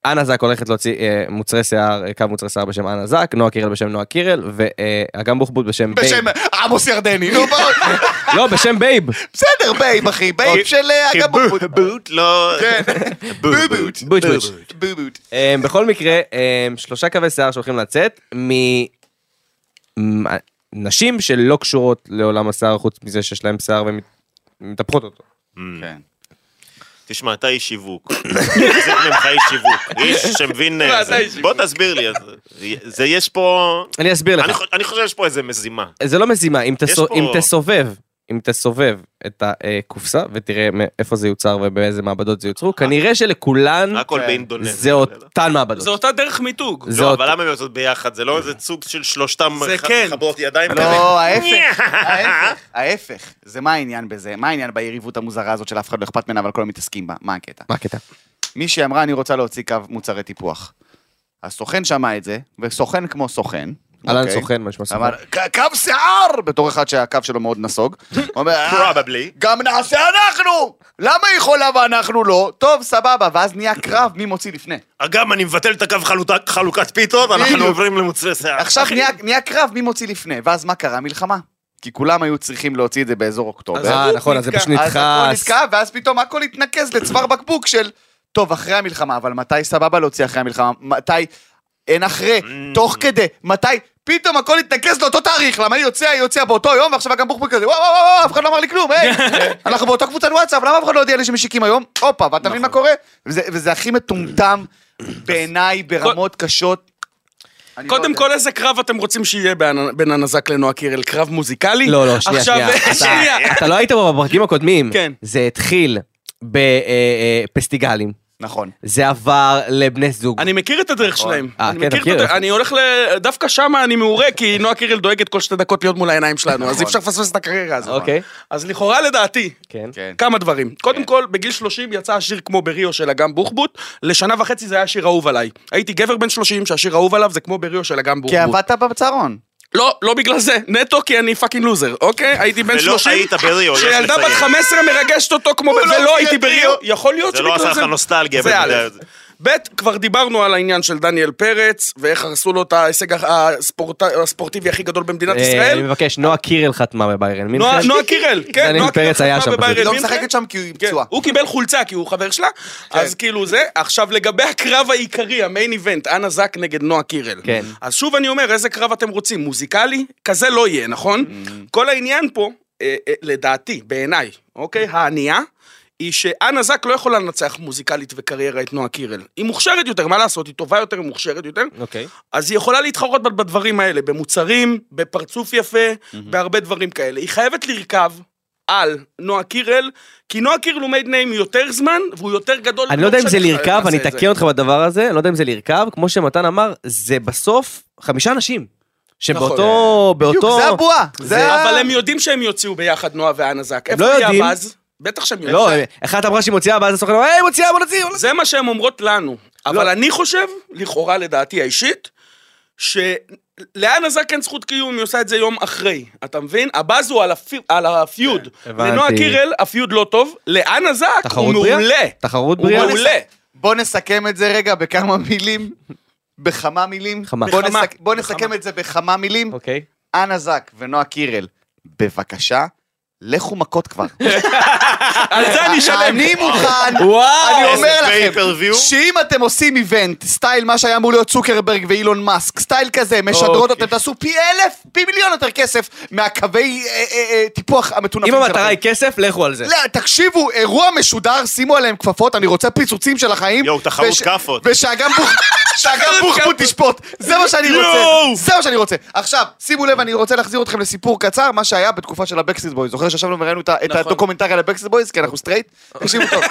אנה זק הולכת להוציא אה, מוצרי שיער, אה, קו מוצרי שיער בשם אנה זק, נועה קירל בשם נועה קירל, ואגם בוחבוט בשם בייב.
בשם עמוס ירדני, נו בואו.
לא, בשם בייב.
בסדר, בייב אחי, בייב של אה,
כי
אגב בוט.
אוקיי, כן. בוט, בוט, לא... בוט, בוט.
בוט.
בוט, בוט.
בוט.
אה, בכל מקרה, אה, שלושה קווי שיער שהולכים לצאת מ- מ- נשים שלא קשורות לעולם השיער, חוץ מזה שיש להם שיער והן מטפחות אותו.
כן.
תשמע, אתה איש שיווק. זה ממך איש שיווק. איש שמבין... אה,
אתה
זה.
איש
בוא תסביר לי. אז- זה יש פה...
אני אסביר לך.
אני חו- אני חושב שיש פה איזה מזימה.
זה לא מזימה, אם, תס...
פה-
אם תסובב, אם תסובב את הקופסה ותראה מאיפה זה יוצר ובאיזה מעבדות זה יוצרו, כנראה שלכולן
הכל
כן.
באינדונזיה.
זה אותן מעבדות.
זה אותה דרך מיתוג.
זה
לא,
אותו-
אבל למה הם יוצאות ביחד? זה לא איזה סוג של שלושתם
זה
ח-
כן.
מחברות ידיים?
לא, ההפך, ההפך, ההפך. זה מה העניין בזה? מה העניין ביריבות המוזרה הזאת שלאף אחד לא אכפת ממנה, אבל כולם מתעסקים בה? מה הקטע?
מה הקטע?
מישהי אמרה, אני רוצה להוציא קו מוצרי טיפוח. הסוכן שמע את זה, וסוכן כמו סוכן.
אהלן
אוקיי,
סוכן, מה שמע סוכן.
אמר, "ק- קו שיער! בתור אחד שהקו שלו מאוד נסוג. הוא אומר, "אה,
Probably.
גם נעשה אנחנו! למה היא יכולה ואנחנו לא? טוב, סבבה, ואז נהיה קרב מי מוציא לפני.
אגב, אני מבטל את הקו חלוטה- חלוקת פיתות, אנחנו
בדיוק.
עוברים למוצרי שיער.
עכשיו נהיה- נהיה קרב מי מוציא לפני, ואז מה קרה? מלחמה. כי כולם היו צריכים להוציא את זה באזור אוקטובר.
אה, נכון, אז זה פשוט
אז הכל
נדחס.
נתקע, ואז פתאום הכל התנקז לצוואר בקבוק של, טוב, אחרי המלחמה, אבל מתי סבבה להוציא אחרי המלחמה? מתי אין אחרי, תוך כדי, מתי? פתאום הכל התנקז לאותו תאריך, למה היא יוצאה, היא יוצאה באותו יום, ועכשיו גם בוחבוק כזה, וואו וואו וואו, אף אחד לא אמר לי כלום, היי, אנחנו באותה קבוצת וואטסאפ, למה אף אחד לא הודיע לי שמשיקים היום? הופה, ואתה מבין מה קורה? וזה- וזה הכי מטומטם בעיניי ברמות קשות. אני לא
קודם
יודע.
כל, איזה קרב אתם רוצים שיהיה בין- בין הנזק לנועה קירל? קרב מוזיקלי?
לא, לא, שנייה,
עכשיו, אה,
שנייה. אתה-
שנייה.
אתה לא היית פה בפרקים הקודמים.
כן.
זה התחיל בפסטיגלים,
נכון.
זה עבר לבני זוג.
אני מכיר את הדרך שלהם.
אה,
אני
כן,
מכיר את
מכיר.
הדרך. אני הולך ל... דווקא שמה אני מעורה, כי נועה קירל דואגת כל שתי דקות להיות מול העיניים שלנו, אז אי אפשר לפספס את הקריירה הזאת.
אוקיי.
אז לכאורה לדעתי,
כן.
כן.
כמה דברים. קודם כל, בגיל 30 יצא השיר כמו בריו של אגם בוחבוט, לשנה וחצי זה היה שיר אהוב עליי. הייתי גבר בן 30 שהשיר אהוב עליו זה כמו בריו של אגם
כי
בוחבוט.
עבדת בצהרון.
לא, לא בגלל זה, נטו כי אני פאקינג לוזר, אוקיי? הייתי בן
ולא
30,
היית בריו, יש
שילדה
לציין.
בת 15 מרגשת אותו כמו... ולא
לא
הייתי
מכיר את
בריו,
ריו.
יכול להיות
זה לא
שבגלל זה...
עשה לך נוסטלגיה,
זה
אבל אתה
א'.
יודע, זה-
ב', כבר דיברנו על העניין של דניאל פרץ, ואיך הרסו לו את ההישג הספורט- הספורטיבי הכי גדול במדינת
אה, אני
ישראל.
מבקש, נועה קירל חתמה בביירן מינכן.
נועה נועה קירל, כן,
דניאל
נועה קירל
פרץ היה
חתמה
שם פשוט.
בביירן
היא לא
מינכן.
משחקת שם כי היא
כן,
פצועה.
הוא קיבל חולצה כי הוא חבר שלה, אז כאילו זה. עכשיו לגבי הקרב העיקרי, המיין איבנט, אנה זק נגד נועה קירל.
כן.
אז שוב אני אומר, איזה קרב אתם רוצים? מוזיקלי? כזה לא יהיה, נכון? כל העניין פה, אה, אה, לדעתי, בעיניי, אוקיי? הענייה. היא שאנה זק לא יכולה לנצח מוזיקלית וקריירה את נועה קירל. היא מוכשרת יותר, מה לעשות? היא טובה יותר, היא מוכשרת יותר.
אוקיי.
אז היא יכולה להתחרות ב- בדברים האלה, במוצרים, בפרצוף יפה, בהרבה דברים כאלה. היא חייבת לרכב על נועה קירל, כי נועה קירל הוא מייד ניים יותר זמן, והוא יותר גדול.
אני לא יודע אם זה
משנה איך
לרכב,
נעשה
אני
את זה.
אתקן אותך בדבר הזה, אני לא יודע אם זה לרכב, כמו שמתן אמר, זה בסוף חמישה אנשים. שבאותו,
בדיוק,
באותו...
זה הבועה. זה ה-
אבל הם יודעים שהם יוציאו ביחד, נועה ואנה זק. איפה
לא
יהיה
יודעים.
הבאז? בטח שהם יודעים.
לא, אחת אמרה שהיא מוציאה, ואז הסוכן אמר, היי, מוציאה, בוא נוציא. בוא נוציא."
זה מה שהן אומרות לנו. אבל אני חושב, לכאורה לדעתי האישית, שלאן הזק אין זכות קיום, היא עושה את זה יום אחרי. אתה מבין? הבאז הוא על הפי- על הפיוד.
כן, הבנתי.
לנועה קירל הפיוד לא טוב, לאן הזק הוא
תחרות בריאה?
מעולה.
תחרות
הוא
בריאה?
מעולה.
בוא נסכם את זה רגע בכמה מילים. בכמה מילים.
בכמה.
בוא,
בכמה.
נסכ... בוא
בכמה.
נסכם את זה בכמה מילים.
אוקיי.
אנה זק ונועה קירל, בבקשה, לכו מכות כבר.
על זה אני אשלם.
אני מוכן.
וואו!
אני אומר
איזה
לכם,
pay-per-view.
שאם אתם עושים איבנט, סטייל מה שהיה אמור להיות צוקרברג ואילון מאסק, סטייל כזה, משדרות
אוקיי.
אתם תעשו פי אלף, פי מיליון יותר כסף מהקווי אה, אה, אה, טיפוח המטונפים
אם
שלכם.
המטרה היא כסף, לכו על זה.
לא, תקשיבו, אירוע משודר, שימו עליהם כפפות, אני רוצה פיצוצים של החיים.
יואו, תחרות כאפות.
ושאגם בוך... שאגם
תחרות
בוחבוט
כאפות.
תשפוט, זה מה שאני
יואו.
רוצה, זה מה שאני רוצה. עכשיו, שימו לב, אני רוצה להחזיר אתכם לסיפור קצר, מה שהיה בתקופה של הבקסיס בויז. זוכר שישבנו וראינו את ה- את
נכון.
הדוקומנטרי על הבקסיס בויז? כי אנחנו סטרייט? תקשיבו טוב,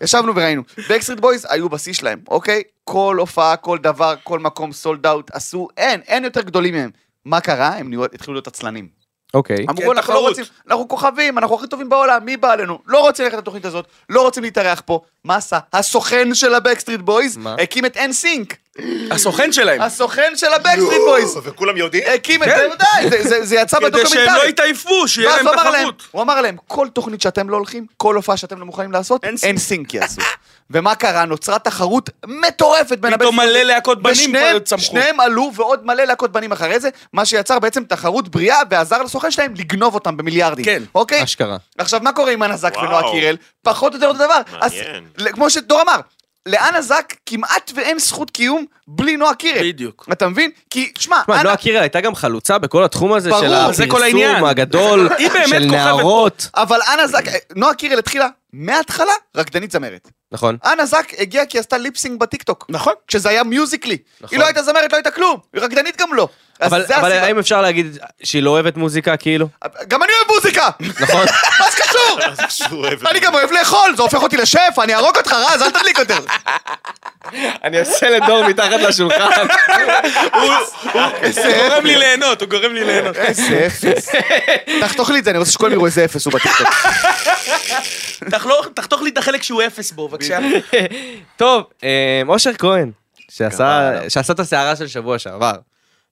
ישבנו וראינו. בקסטריט בויז היו בשיא שלהם, אוקיי? כל הופעה, כל דבר, כל מקום, סולד אאוט, עשו, אין, אין יותר גדולים מהם. מה קרה? הם נהיו- התחילו להיות עצלנים.
אוקיי.
אמרו, אנחנו לא
כן, תחרות.
רוצים, אנחנו כוכבים, אנחנו הכי טובים בעולם, מי בא עלינו? לא רוצים ללכת לתוכנית הזאת, לא רוצים להתארח פה. מה עשה? הסוכן של הבקסטריט בויז
מה?
הקים את NSYNC.
הסוכן שלהם.
הסוכן של הבקסטריט בויז.
וכולם יודעים?
הקים את
כן.
זה, ודאי, זה- זה- זה יצא
כדי שהם לא
בדוקומנטרי.
יתעייפו, שיהיה
ואז
להם
הוא אמר להם,
תחרות.
הוא אמר להם, כל תוכנית שאתם לא הולכים, כל הופעה שאתם לא מוכנים לעשות,
אין
אין סינק יעשו. ומה קרה? נוצרה תחרות מטורפת בין
פתאום
הבקסטריט
מלא להקות בנים
ושניהם
כבר צמחו.
שניהם עלו ועוד מלא להקות בנים אחרי זה, מה שיצר בעצם תחרות בריאה ועזר לסוכן שלהם לגנוב אותם במיליארדים.
כן.
אוקיי?
אשכרה.
עכשיו, מה קורה עם הנזק
וואו.
ונועה קירל? פחות או יותר אותו דבר. אז,
מעניין.
ל- כמו שדור אמר, לאנה זק כמעט ואין זכות קיום בלי נועה קירל.
בדיוק.
אתה מבין? כי, שמע,
תשמע,
אנה-
נועה קירל הייתה גם חלוצה בכל התחום הזה
ברור,
של
זה
כל העניין.
הפרסום הגדול,
היא באמת
של
כוכבת פה.
נערות.
אבל אנה זק, נועה קירל התחילה מההתחלה רקדנית זמרת.
נכון.
אנה זק הגיעה כי עשתה ליפסינג בטיקטוק.
נכון.
כשזה היה מיוזיקלי.
נכון.
היא לא הייתה זמרת, לא הייתה כלום. היא רקדנית גם לא. אז
אבל
זה
אבל
הסיבה.
האם אפשר להגיד שהיא לא אוהבת מוזיקה, כאילו?
גם אני אוהב מוזיקה!
נכון.
מה זה קשור? אני גם אוהב לאכול, זה הופך אותי לשף, אני אהרוג אותך, רז, אל תדליק יותר.
אני אעשה לדור מתחת לשולחן.
הוא גורם לי ליהנות, הוא גורם לי ליהנות.
איזה אפס. תחתוך לי את זה, אני רוצה שכולם יראו איזה אפס הוא בטיקטוק.
תחלוך- תחתוך לי את החלק שהוא אפס בו, בבקשה.
טוב, אה, אושר כהן, שעשה שעשה את הסערה של שבוע שעבר.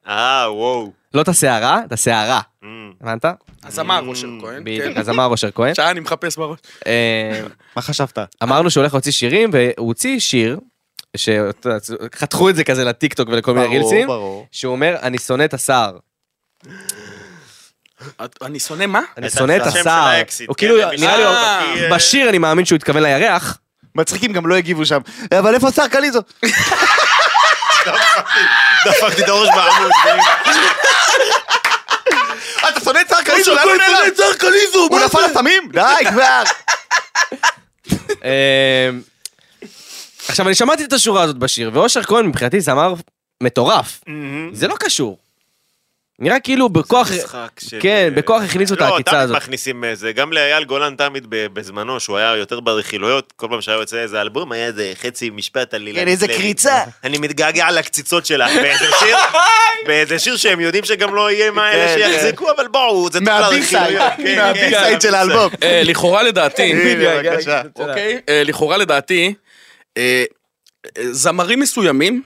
אה, וואו.
לא את הסערה, את הסערה.
Mm.
הבנת?
אז אמר אושר כהן.
בדיוק.
כן.
אז אמר אושר כהן.
שעה אני מחפש בראש.
אה,
מה חשבת?
אמרנו שהוא הולך להוציא שירים, והוא הוציא שיר, שחתכו את זה כזה לטיקטוק ולכל מיני רילסים,
ברור.
שהוא אומר, אני שונא את הסער.
את- אני שונא מה?
אני
את
שונא את
השם של
הסער.
האקסיט,
הוא
כן,
כאילו,
למי
נראה לי,
אה.
שלא מכיר,
בשיר אני מאמין שהוא התכוון לירח.
מצחיקים, גם לא הגיבו שם. אבל איפה השר קליזו?
דפקתי את הראש בעמוד.
אתה שונא את שר קליזו? לאן הוא נעלם?
צר קליזו,
הוא נפל לסמים? די, כבר.
אה, עכשיו, אני שמעתי את השורה הזאת בשיר, ואושר כהן מבחינתי זמר מטורף. זה לא קשור. נראה כאילו בכוח...
משחק של-
כן, בכוח הכניסו את
לא,
העקיצה הזאת.
תמיד מכניסים אה, זה, גם לאייל גולן תמיד ב- בזמנו, שהוא היה יותר ברכילויות, כל פעם שהיה יוצא איזה אלבום, היה איזה חצי משפט על לילה.
כן, איזה קריצה.
אני מתגעגע לקציצות שלך, באיזה שיר, באיזה שיר שהם יודעים שגם לא יהיה מה אלה
כן,
שיחזיקו, אבל בואו, זה טוב
מהבי-סייד.
לרכילויות. כן, כן,
מהבי-סייד של
מהבי-סייד.
האלבום.
אה, לכאורה לדעתי, אה,
הנה,
כן.
בבקשה.
אוקיי? אה, לכאורה לדעתי, אה, אה, זמרים מסוימים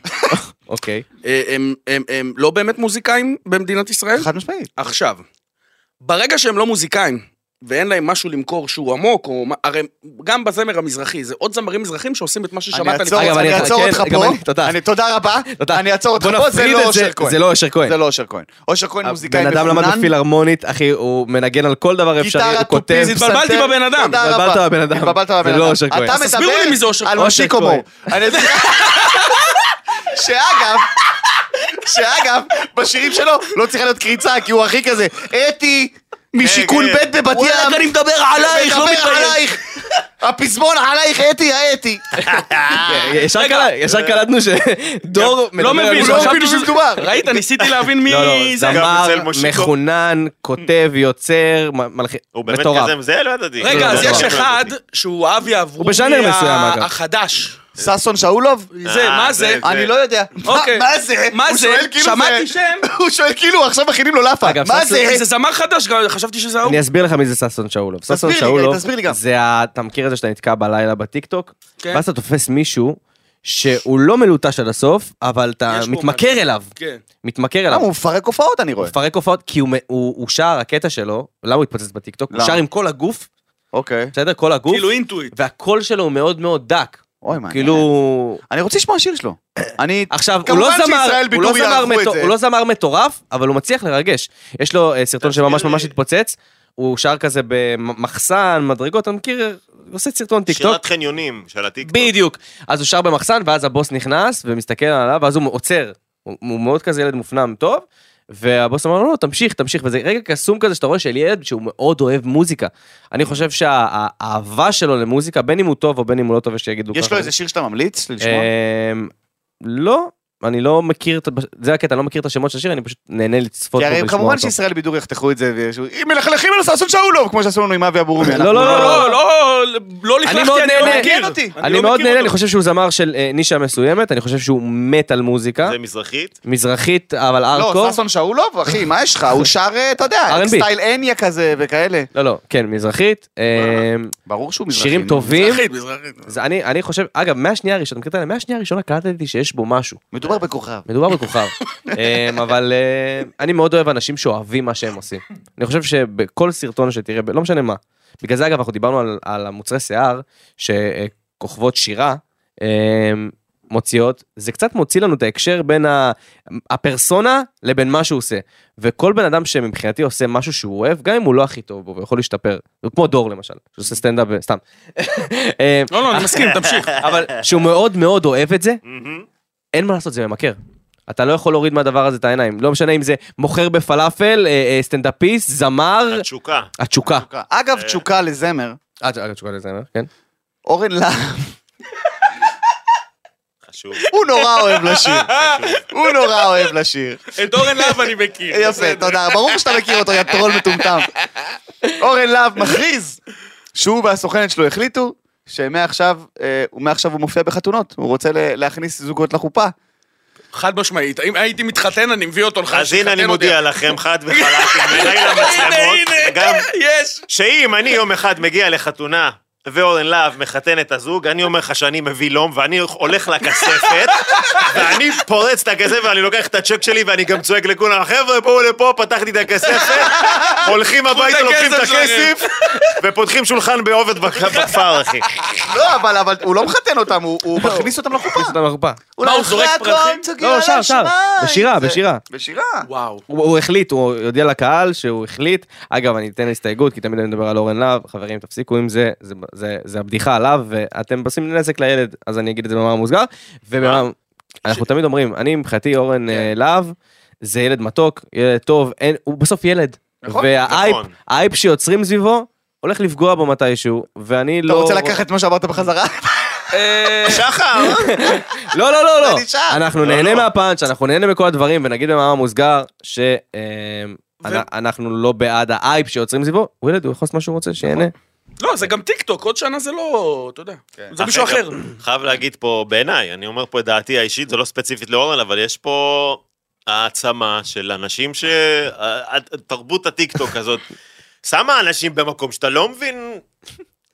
אוקיי.
אה, הם- הם הם לא באמת מוזיקאים במדינת ישראל.
חד משמעית.
עכשיו, ברגע שהם לא מוזיקאים, ואין להם משהו למכור שהוא עמוק, או מה- הרי גם בזמר המזרחי, זה עוד זמרים מזרחים שעושים את מה
אני
ששמעת
אעצור
לפני-
אגב,
אותך-
אני-
אני אעצור
כן,
אותך
גם אני,
פה.
תודה.
אני- תודה רבה.
תודה.
אני אעצור אותך
בוא
פה, זה
נפריד
לא
את זה,
אושר כהן.
זה לא אושר כהן. אה,
זה לא אושר כהן. אושר כהן מוזיקאי
בן
מפונן.
אדם למד בפילהרמונית, אחי, הוא מנגן על כל דבר אפשרי, הוא
גיטרה,
כותב.
תופים,
התבלבלתי
פסנתר.
בבן אדם.
תודה
התבלבלת
רבה.
בבן אדם.
התבלבלת בבן
זה
אדם.
לא אושר כהן.
אתה
אז
תסבירו לי מי זה
מדבר
אושר
על
כהן.
משיקו
אושר
מור. אני אסביר- שאגב, שאגב, בשירים שלו לא צריכה להיות קריצה, כי הוא הכי כזה, אתי, משיכון
כן,
ב' בבת ים.
אני מדבר עלייך, לא
מדבר
מתבייש.
עלייך. הפזמון עלייך, אתי, האתי.
ישר
רגע.
קלט- ישר קלטנו שדור מדבר
לא
על
מבין,
הוא לא
משהו-
חשבתי
מבין
שזה-
שמדובר.
ראית, ניסיתי להבין מי
לא, לא,
זה.
זמר,
אצל מושיקו.
מחונן, כותב, יוצר, מ- מלחין,
הוא באמת
מטורף.
כזה, זה לא ידעתי.
רגע,
לא,
אז
לא,
יש
לא.
אחד שהוא אבי אברומי
בז'אנר מסוים, אגב.
החדש.
ששון שאולוב?
זה,
אה,
מה
זה,
זה?
זה.
אני לא יודע.
אוקיי.
מה מה זה?
מה
הוא
זה?
שואל כאילו
שמעתי
זה-
שם.
הוא שואל כאילו, עכשיו מכינים לו לאפה.
אגב,
מה
ששון-
אה, זה?
זה זמר חדש, גם חשבתי שזה ההוא.
אני אסביר לך מי זה ששון שאולוב.
תסביר
ששון
לי,
שאולוב,
תסביר לי גם.
זה ה- אתה מכיר את זה שאתה נתקע בלילה בטיקטוק,
כן.
ואז אתה תופס מישהו שהוא לא מלוטש עד הסוף, אבל אתה
יש פה
מתמכר
משהו.
אליו.
כן.
מתמכר
למה,
אליו.
הוא מפרק הופעות, אני רואה.
מפרק הופעות, כי הוא מ- הוא הוא שר, הקטע שלו, למה הוא התפוצץ בטיקטוק? הוא
למה?
שר עם כל הגוף,
אוקיי.
בסדר? כל הגוף,
כאילו אינטואיט.
והקול שלו הוא מאוד מאוד דק.
אוי, מה.
כאילו...
אני רוצה לשמוע שיר שלו. אני...
עכשיו, הוא
כמובן
לא זמר,
שישראל
הוא לא
ביתור
זמר,
יערכו את
מטור-
זה.
הוא לא זמר מטורף, אבל הוא מצליח לרגש. יש לו אה, סרטון שממש ממש התפוצץ, הוא שר כזה במחסן, מדרגות, אתה מכיר, הוא עושה סרטון טיקטוק.
שירת חניונים של הטיקטוק.
בדיוק. אז הוא שר במחסן, ואז הבוס נכנס ומסתכל עליו, ואז הוא עוצר. הוא הוא מאוד כזה ילד מופנם טוב, והבוס אמר לו, לא, לא, תמשיך, תמשיך, וזה רגע קסום כזה שאתה רואה של ילד שהוא מאוד אוהב מוזיקה. אני חושב שהאהבה שלו למוזיקה, בין אם הוא טוב או בין אם הוא לא טוב, יש שיגידו ככה.
יש לו איזה שיר שאתה
אה,
ממליץ לשמוע?
אמ, לא, אני לא מכיר את... ה- זה הקטע, אני לא מכיר את השמות של השיר, אני פשוט נהנה לצפות
כי
בו
הרי
ולשמוע
כמובן
אותו.
שישראל בידור יחתכו את זה, ויש- אם מלכלכים על ששון שאולוב, כמו שעשו לנו עם אבי אבורומי.
לא, לא, לא,
לא, לא, לא
אני
לכלכתי,
מאוד
אני
נהנה.
לא מכיר.
אותי.
אני
אני
לא
מאוד
מכיר
נהנה,
אותו.
אני חושב שהוא זמר של אה, נישה מסוימת, אני חושב שהוא מת על מוזיקה,
זה מזרחית?
מזרחית, אבל
לא,
ארקור.
ששון שאולוב, אחי, מה יש לך? הוא שר, אה, אתה יודע,
R&B.
סטייל אניה כזה וכאלה.
לא, לא, כן, מזרחית. אמ,
ברור שהוא מזרחי.
שירים
נו.
טובים.
מזרחית, מזרחית.
זה אני, אני חושב, אגב, מהשנייה הראשונה, אתה מכיר את זה? מהשנייה הראשונה קלטתי שיש בו משהו.
מדובר בכוכב.
מדובר בכוכב. אמ, אבל אה, אני מאוד אוהב אנשים שאוהבים מה שהם עושים. אני חושב שבכל סרטון שתראה, ב- לא משנה מה. בגלל זה אגב אנחנו דיברנו על, על המוצרי שיער שכוכבות שירה אמ, מוציאות, זה קצת מוציא לנו את ההקשר בין ה, הפרסונה לבין מה שהוא עושה. וכל בן אדם שמבחינתי עושה משהו שהוא אוהב, גם אם הוא לא הכי טוב בו ויכול להשתפר, הוא כמו דור למשל, שעושה סטנדאפ, סתם. אמ,
לא, לא, אני מסכים, תמשיך.
אבל שהוא מאוד מאוד אוהב את זה,
מהמם.
אין מה לעשות, זה ממכר. אתה לא יכול להוריד מהדבר הזה את העיניים. לא משנה אם זה מוכר בפלאפל, אה, אה, סטנדאפיסט, זמר,
התשוקה.
התשוקה.
אגב, תשוקה לזמר,
אה, אה, התשוקה לזמר, כן.
אורן להב,
חשוב.
הוא נורא אוהב לשיר.
אה.
הוא נורא אוהב לשיר.
אוקיי. את אורן להב אני מכיר.
יפה, תודה. ברור שאתה מכיר אותו, יא טרול מטומטם. אורן להב מכריז שהוא והסוכנת שלו החליטו שמעכשיו אה, הוא- מעכשיו הוא מופיע בחתונות. הוא רוצה ל- להכניס זוגות לחופה.
חד משמעית, אם הייתי מתחתן אני מביא אותו לך.
אז
שיחתן
הנה אני
אותי.
מודיע לכם חד וחלק, מנהל
הנה,
המצלמות,
הנה,
גם
יש.
שאם אני יום אחד מגיע לחתונה ואורן להב מחתן את הזוג, אני אומר לך שאני מביא לום ואני הולך לכספת, ואני פורץ את הכספת ואני לוקח את הצ'ק שלי ואני גם צועק לכולם, חבר'ה בואו לפה, פתחתי את הכספת, הולכים הביתה,
את
לוקחים את
הכסף שלכם."
הכסף, ופותחים שולחן בעובד בכ- בכפר, אחי.
לא, אבל אבל הוא לא מחתן אותם, הוא- הוא מכניס אותם לחופה.
יש אותם מרפאה.
מה, הוא זורק פרחים?
לא, שר, שר, בשירה, בשירה.
בשירה.
וואו.
הוא, הוא החליט, הוא יודיע לקהל שהוא החליט. אגב, אני אתן הסתייגות, כי תמיד אני מדבר על אורן להב. חברים, תפסיקו עם זה, זה, זה, זה הבדיחה עליו, ואתם עושים נזק לילד, אז אני אגיד את זה במאמר מוסגר.
אה,
ובמאמר, אנחנו תמיד אומרים, אני מבחינתי
כן.
אורן אה, להב, זה ילד מתוק, ילד טוב, אין, הוא בסוף ילד.
נכון,
והאייפ,
נכון.
האייפ שיוצרים סביבו, הולך לפגוע בו מתישהו, ואני
אתה
לא...
רוצה לקחת את מה שאמרת בחזרה?
אה,
שחר,
לא, לא, לא,
זה נשאר.
לא. אנחנו
לא,
נהנה
לא.
מהפאנץ', אנחנו נהנה מכל הדברים, ונגיד במאמר מוסגר, שאנחנו לא בעד האייפ שיוצרים סביבו, הוא ילד, הוא יכול לעשות מה שהוא רוצה, שיהנה.
לא, זה גם טיק טוק, עוד שנה זה לא, אתה יודע. זה מישהו
אחי,
אחר.
גם חייב להגיד פה, בעיניי, אני אומר פה את דעתי האישית, זה לא ספציפית לאורן, אבל יש פה העצמה של אנשים ש... תרבות הטיקטוק הזאת שמה אנשים במקום שאתה לא מבין...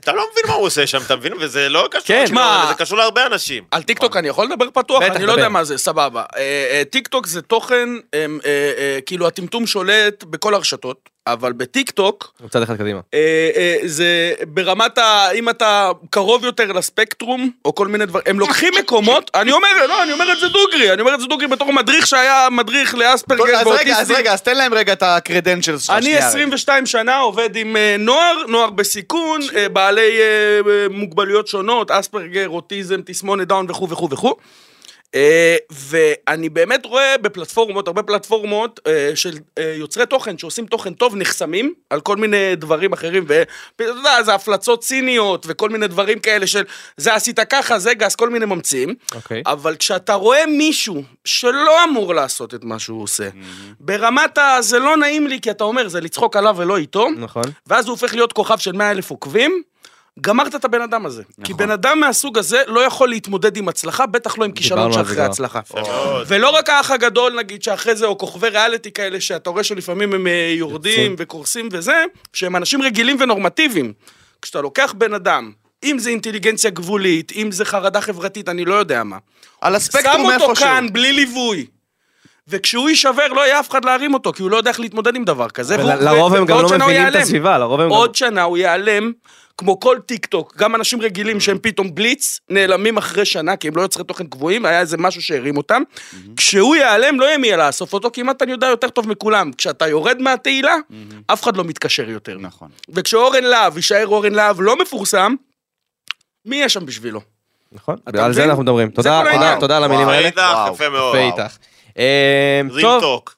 אתה לא מבין מה הוא עושה שם, אתה מבין? וזה לא קשור
כן, אה,
רק
מה?
לאורן, זה קשור להרבה אנשים.
על טיקטוק אני יכול לדבר פתוח?
בטח,
אני לא
דבר.
יודע מה זה, סבבה. אה, אה, טיקטוק זה תוכן, אה, אה, אה, כאילו הטמטום שולט בכל הרשתות, אבל בטיקטוק,
הוא צעד אחד קדימה.
אה, אה, זה ברמת ה... אם אתה קרוב יותר לספקטרום, או כל מיני דברים, הם לוקחים מקומות, אני אומר, לא, אני אומר את זה דוגרי, אני אומר את זה דוגרי בתור מדריך שהיה מדריך לאספרגר
אז רגע, אז
ואוטיסטים.
רגע, אז תן להם רגע את הקרדנצ'לס שלך.
אני
שנייה, רגע.
22 שנה עובד עם אה, נוער, נוער בסיכון, אה, בעלי אה, אה, מוגבלויות שונות, אספרגר, אוטיזם, תסמונת דאון וכו' וכו' וכו'. אה, ואני באמת רואה בפלטפורמות, הרבה פלטפורמות אה, של אה, יוצרי תוכן שעושים תוכן טוב נחסמים על כל מיני דברים אחרים, ואתה יודע, זה הפלצות ציניות וכל מיני דברים כאלה של זה עשית ככה, זה גס, כל מיני ממציאים.
אוקיי.
אבל כשאתה רואה מישהו שלא אמור לעשות את מה שהוא עושה, ברמת ה... זה לא נעים לי, כי אתה אומר, זה לצחוק עליו ולא איתו,
נכון.
ואז הוא הופך להיות כוכב של 100 אלף עוקבים, גמרת את הבן אדם הזה. כי בן אדם מהסוג הזה לא יכול להתמודד עם הצלחה, בטח לא עם כישלון
נכון. דיברנו על זה
שאחרי
כבר.
הצלחה.
מאוד.
ולא רק האח הגדול, נגיד, שאחרי זה, או כוכבי ריאליטי כאלה, שאתה רואה שלפעמים הם אה, יורדים
יוצאים.
וקורסים וזה, שהם אנשים רגילים ונורמטיביים. כשאתה לוקח בן אדם, אם זה אינטליגנציה גבולית, אם זה חרדה חברתית, אני לא יודע מה.
על
שם
הספקטרום
אותו
איפשהו.
כאן בלי ליווי. וכשהוא יישבר, לא יהיה אף אחד להרים אותו, כי הוא לא יודע איך להתמודד עם דבר כזה. והוא-
ולרוב
ו-
הם גם
ועוד
לא
שנה הוא
מבינים את
ייעלם.
הסביבה, לרוב הם גם...
עוד שנה הוא ייעלם, כמו כל טיק טוק, גם אנשים
Mm.
רגילים שהם פתאום בליץ, נעלמים אחרי שנה, כי הם לא יוצרי תוכן קבועים, היה איזה משהו שהרים אותם.
Mm-hmm.
כשהוא ייעלם, לא יהיה מי לאסוף אותו, כי אם אתה יודע יותר טוב מכולם, כשאתה יורד מהתהילה,
Mm-hmm.
אף אחד לא מתקשר יותר.
נכון.
וכשאורן להב יישאר אורן להב לא מפורסם, מי יהיה שם בשבילו?
נכון.
אתה
על זה
מבין?
אנחנו מדברים.
זה
תודה,
כל
תודה,
העניין.
תודה על המילים
וואו,
האלה.
איתך,
וואו,
יפה מאוד.
יפה איתך. אה,
ריל
טוב,
טוק.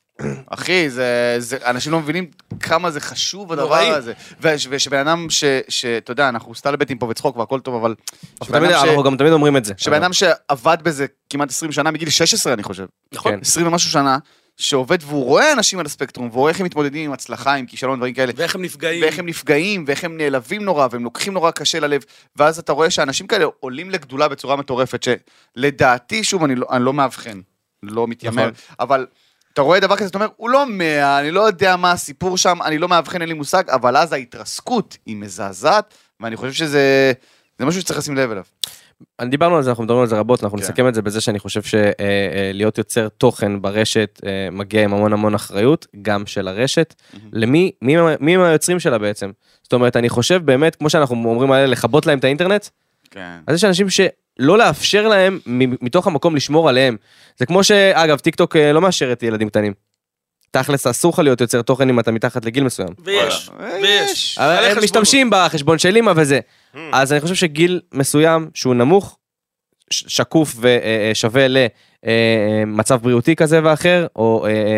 אחי, זה, זה, אנשים לא מבינים כמה זה חשוב הדבר
נוראי.
הזה. וש- ושבן אדם ש... שאתה יודע, אנחנו סטלבטים פה וצחוק והכל טוב, אבל...
אנחנו
שבן
תמיד-
אדם ש-
אנחנו גם תמיד אומרים את זה.
שבן אדם שעבד בזה כמעט 20 שנה, מגיל 16 אני חושב,
נכון.
כן.
20 ומשהו שנה, שעובד והוא רואה אנשים על הספקטרום, והוא רואה איך הם מתמודדים עם הצלחה, עם כישלון, דברים כאלה.
ואיך הם נפגעים.
ואיך הם נפגעים, ואיך הם נעלבים נורא, והם לוקחים נורא קשה ללב, ואז אתה רואה שאנשים כאלה עולים לגדולה בצורה מטורפת, שלדעתי, שוב, אני לא, אני לא מאבחן, לא מתיימר,
נכון.
אבל אתה רואה דבר כזה, אתה אומר, הוא לא מאה, אני לא יודע מה הסיפור שם, אני לא מאבחן, אין לי מושג, אבל אז ההתרסקות היא מזעזעת, ואני חושב שזה זה משהו שצריך לשים לב אליו.
אני דיברנו על זה, אנחנו מדברים על זה רבות, אנחנו
כן.
נסכם את זה בזה שאני חושב שלהיות יוצר תוכן ברשת אה, מגיע עם המון המון אחריות, גם של הרשת. למי, מי הם ה- מי הם היוצרים שלה בעצם? זאת אומרת, אני חושב באמת, כמו שאנחנו אומרים האלה, לכבות להם את האינטרנט,
כן.
אז יש אנשים שלא לאפשר להם מ- מתוך המקום לשמור עליהם. זה כמו שאגב, טיק טוק לא מאשרת ילדים קטנים. תכלס, אסור לך להיות יוצר תוכן אם אתה מתחת לגיל מסוים.
ויש,
אה,
ויש.
אבל
מלא
הם
חשבונות.
משתמשים בחשבון של אימא וזה.
Hmm.
אז אני חושב שגיל מסוים שהוא נמוך, ש- שקוף אה, ושווה למצב אה, בריאותי כזה ואחר, או אה, אה, אה,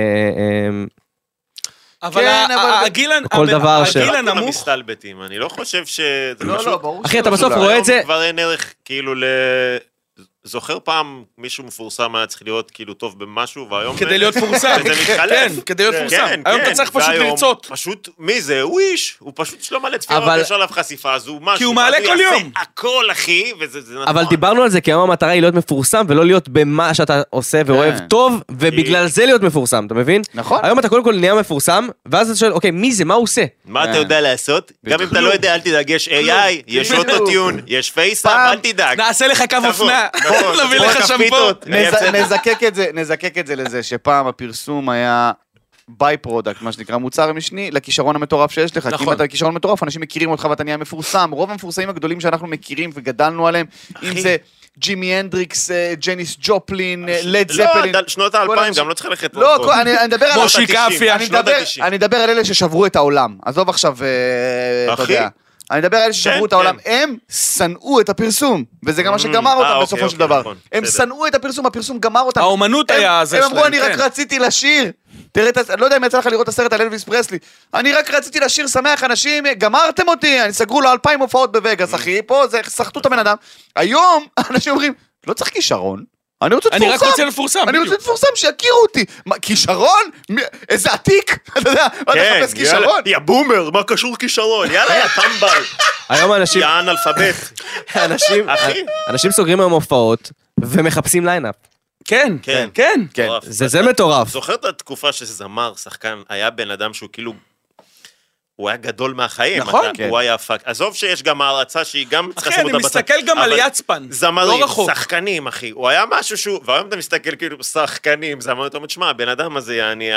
אבל
כן,
ה-
אבל-
ה- הגיל הנ-
כל
הבן-
דבר ש-
הגיל
הגיל הנמוך.
הנמוך,
המסתלבטים, אני לא חושב ש... זה
לא,
פשוט-
לא, ברור
אחי, אתה
שלא,
בסוף
שלא.
רואה את זה-
היום כבר אין ערך, כאילו, ל... זוכר פעם מישהו מפורסם היה צריך להיות כאילו טוב במשהו, והיום...
כדי להיות מפורסם.
וזה
כן,
מתחלף. כן,
כדי להיות מפורסם. היום אתה צריך פשוט
והיום
לרצות.
פשוט, מי זה? הוא איש. הוא פשוט יש לו מלא צפיות,
אבל-
יש עליו חשיפה, אז הוא משהו.
כי הוא מעלה
אז
כל
יעשה
יום.
הכל, אחי, וזה זה נכון.
אבל דיברנו על זה, כי היום המטרה היא להיות מפורסם ולא להיות במה שאתה עושה ואוהב
כן.
טוב, ובגלל זה להיות מפורסם, אתה מבין?
נכון.
היום אתה קודם כל נהיה מפורסם, ואז אתה שואל, אוקיי, מי זה, מה הוא עושה?
מה
כן.
אתה יודע לעשות? גם אם אתה לא יודע, אל תדאג, יש AI, יש
בדיוק.
אוטוטיון, יש פייסאפ,
פעם-
אל תדאג.
נעשה לך קו
תבוא,
אופנה,
נכון,
נביא
תבוא
לך שמפו.
כפיתות,
נז-
נעשה-
נזקק את זה, נזקק את זה לזה שפעם הפרסום היה ביי פרודקט, מה שנקרא מוצר משני, לכישרון המטורף שיש לך. כי אם
נכון.
אתה כישרון מטורף, אנשים מכירים אותך ואתה נהיה מפורסם. רוב המפורסמים הגדולים שאנחנו מכירים וגדלנו עליהם, אם זה ג'ימי הנדריקס, אה, ג'ניס ג'ופלין, אה, לד זפלין.
לא, שנות האלפיים,
האנשים-
גם לא צריך ללכת
לא, כל- אני אני מדבר על...
מושי
שנות ה-
קאפי,
תשעים,
אני
שנות
מדבר-
ה-תשעים.
אני מדבר על אלה ששברו את העולם. עזוב עכשיו, אה, אתה
אחי.
יודע. אני מדבר על אלה ששברו
כן,
את העולם.
כן.
הם שנאו את הפרסום, וזה גם מה שגמר
אה,
אותם
אוקיי,
בסופו של
אוקיי,
דבר.
נכון,
הם
בסדר.
שנאו את הפרסום, הפרסום גמר אותם.
האומנות
הם-
היה זה
הם אמרו,
שלהם,
אני רק
כן."
רציתי לשיר. תראה את ה... לא יודע אם יצא לך לראות את הסרט על אלוויס פרסלי. אני רק רציתי לשיר שמח אנשים, גמרתם אותי, אני סגרו לו אלפיים הופעות בווגאס,
Mm.
אחי, פה זה, סחטו את הבן אדם. היום, אנשים אומרים, לא צריך כישרון, אני רוצה
אני רק
תפורסם.
רוצה לפורסם,
אני רוצה
בדיוק.
מפורסם, שיכירו אותי. מה, כישרון? מי- איזה עתיק? אתה יודע, מה אתה
כן,
מחפש
יאללה,
כישרון?
יא בומר, מה קשור כישרון? יאללה, יא טמבל,
היום אנשים,
יא אנאלפבית.
אנשים,
אחי.
אנשים סוגרים היום הופעות ומחפשים ליינאפ.
כן,
כן.
כן.
מטורף.
זה זה מטורף.
זוכר את התקופה שזמר, שחקן, היה בן אדם שהוא כאילו... הוא היה גדול מהחיים.
נכון,
אתה-
כן.
הוא היה פאק... עזוב שיש גם הערצה שהיא גם צריך
אחי,
לשים
אני
אותה בצד.
מסתכל גם על
אבל
יצפן.
זמרים,
לא רחוק.
שחקנים, אחי. הוא היה משהו שהוא... והיום אתה מסתכל כאילו, שחקנים, זמרים, אתה אומר, תשמע, הבן אדם הזה, יעני...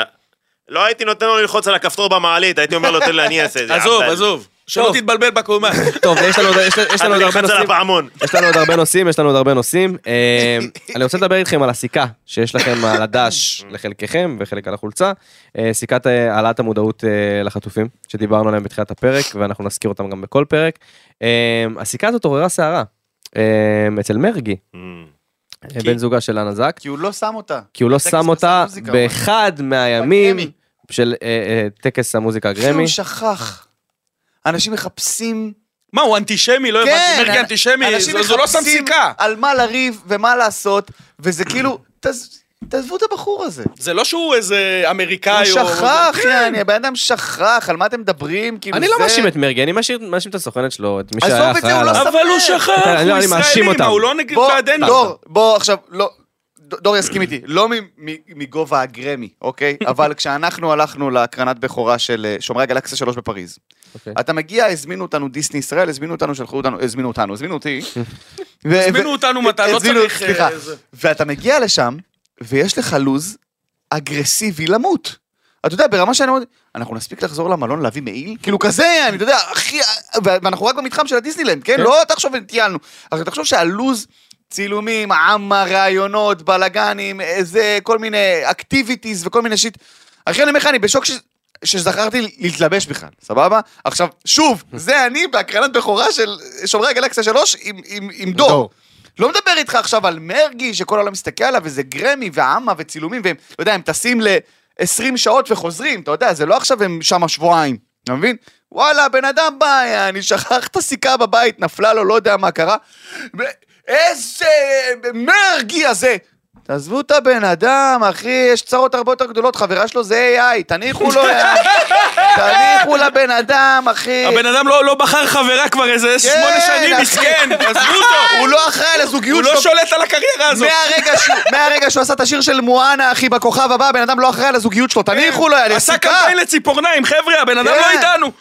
לא הייתי נותן לו ללחוץ על הכפתור במעלית, הייתי אומר לו, תן לי, אני אעשה את זה.
עזוב,
אבל-
עזוב. שלא
טוב.
תתבלבל בקומה.
טוב, יש לנו עוד- יש לנו- יש לנו עוד
אני
הרבה
נלחץ על
נושאים.
הפעמון.
יש לנו עוד הרבה נושאים, יש לנו עוד הרבה נושאים. אה, אני רוצה לדבר איתכם על הסיכה שיש לכם על הדש לחלקכם וחלק על החולצה. אה, סיכת אה, העלאת המודעות אה, לחטופים, שדיברנו עליהם בתחילת הפרק, ואנחנו נזכיר אותם גם בכל פרק. אה, הסיכה הזאת עוררה סערה אה, אצל מרגי,
כן.
אה, בן זוגה של אנה זק,
כי הוא לא שם אותה.
כי הוא לא
טקס
שם אותה
המוזיקה, הוא
באחד מהימים
בגרמי.
של אה, אה, טקס המוזיקה
אחי,
הגרמי.
הוא שכח. אנשים מחפשים... כן,
מה, הוא אנטישמי? לא
כן.
הבנתי, מרגי
אנ-
אנטישמי,
אנשים
אז הוא לא שם
מחפשים
סיכה.
על מה לריב ומה לעשות, וזה כאילו... תעז- תעזבו את הבחור הזה.
זה לא שהוא איזה
הוא
אמריקאי או...
שכח, יעני, הבן אדם שכח, על מה אתם מדברים? כאילו
אני לא
זה-
מאשים את מרגי, אני מאשים מאשים את הסוכנת שלו, את מי
עזוב
שהיה
את זה,
אחראי
הוא לא
עליו.
שם
אבל הוא
אתה-
שכח,
לא, אני
הוא
מאשים
ישראלי,
אותם.
מה, הוא לא נגד
בוא,
בעדנו.
דור, בוא עכשיו, לא, ד- דור יסכים איתי, לא מ- מ- מגובה הגרמי, אוקיי? אבל כשאנחנו הלכנו להקרנת בכורה של אה, שומרי הגלקסיה 3 בפריז,
אוקיי.
אתה מגיע, הזמינו אותנו דיסני ישראל, הזמינו אותנו, שלחו אותנו, הזמינו אותנו, הזמינו אותי. ו-
הזמינו
ו-
אותנו מתי, לא
הזמינו-
צריך... אה,
סליחה.
זה.
ואתה מגיע לשם, ויש לך לו"ז אגרסיבי למות. אתה יודע, ברמה שאני אומר, אנחנו נספיק לחזור למלון להביא מעיל? כאילו כזה, אני אתה יודע, הכי... ו- ואנחנו רק במתחם של הדיסנילנד, כן?
כן.
לא תחשוב וטיילנו. אבל תחשוב שהלו"ז, צילומים, עמה, ראיונות, בלאגנים, איזה, כל מיני אקטיביטיז וכל מיני שיט. אחי, אני אומר לך, אני בשוק ש... שזכרתי להתלבש בכלל, סבבה? עכשיו, שוב, זה אני בהקרנת בכורה של שומרי הגלקסיה 3 עם, עם, עם דור.
דור.
לא מדבר איתך עכשיו על מרגי, שכל העולם מסתכל עליו, וזה גרמי, ועמה, וצילומים, והם, לא יודע, הם טסים ל-20 שעות וחוזרים, אתה יודע, זה לא עכשיו הם שם שבועיים, אתה מבין? וואלה, בן אדם בא, אני שכח את הסיכה בבית, נפלה לו, לא יודע מה קרה. ו- איזה מרגי הזה! תעזבו את הבן אדם, אחי, יש צרות הרבה יותר גדולות, חברה שלו זה AI, תניחו לו, תניחו לבן אדם, אחי.
הבן אדם לא לא בחר חברה כבר
כן,
איזה שמונה שנים,
אחי.
מסכן, עזבו אותו.
הוא לא אחראי על הזוגיות
הוא לא
שלו.
שולט על הקריירה הזאת.
מהרגע שהוא- מהרגע שהוא עשה את השיר של מואנה, אחי, בכוכב הבא, הבן אדם לא אחראי על הזוגיות שלו, תניחו לו, אני
כן. עשה
סיכה.
קמפיין לציפורניים, חבר'ה, הבן אדם
כן.
לא איתנו.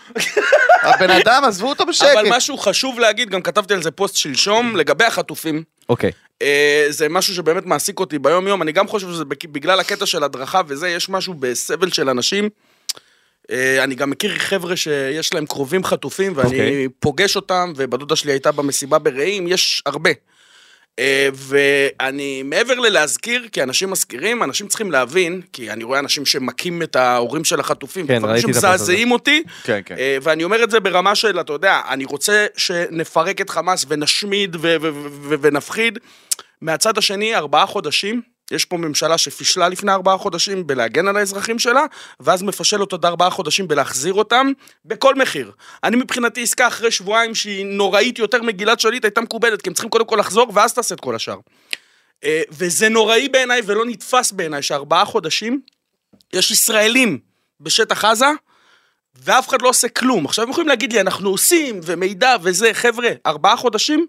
הבן אדם, עזבו אותו בשקט.
אבל משהו חשוב להגיד, גם כתבתי על זה פוסט שלשום, לגבי החטופים.
אוקיי.
אה, זה משהו שבאמת מעסיק אותי ביום-יום, אני גם חושב שזה בק- בגלל הקטע של הדרכה וזה, יש משהו בסבל של אנשים. אה, אני גם מכיר חבר'ה שיש להם קרובים חטופים, ואני
אוקיי.
פוגש אותם, ובדודה שלי הייתה במסיבה ברעים, יש הרבה. אה, ואני, מעבר ללהזכיר, כי אנשים מזכירים, אנשים צריכים להבין, כי אני רואה אנשים שמכים את ההורים של החטופים,
כן,
דברים
ראיתי את הפוסט הזה.
שמזעזעים אותי,
כן, כן.
אה, ואני אומר את זה ברמה של, אתה יודע, אני רוצה שנפרק את חמאס ונשמיד ו- ו- ו- ו- ונפחיד. מהצד השני, ארבעה חודשים, יש פה ממשלה שפישלה לפני ארבעה חודשים בלהגן על האזרחים שלה, ואז מפשל אותה עוד ארבעה חודשים בלהחזיר אותם, בכל מחיר. אני מבחינתי עסקה אחרי שבועיים שהיא נוראית יותר מגלעד שליט, הייתה מקובלת, כי הם צריכים קודם כל לחזור, ואז תעשה את כל השאר. אה, וזה נוראי בעיניי ולא נתפס בעיניי שארבעה חודשים יש ישראלים בשטח עזה ואף אחד לא עושה כלום. עכשיו הם יכולים להגיד לי, אנחנו עושים ומידע וזה, חבר'ה, ארבעה חודשים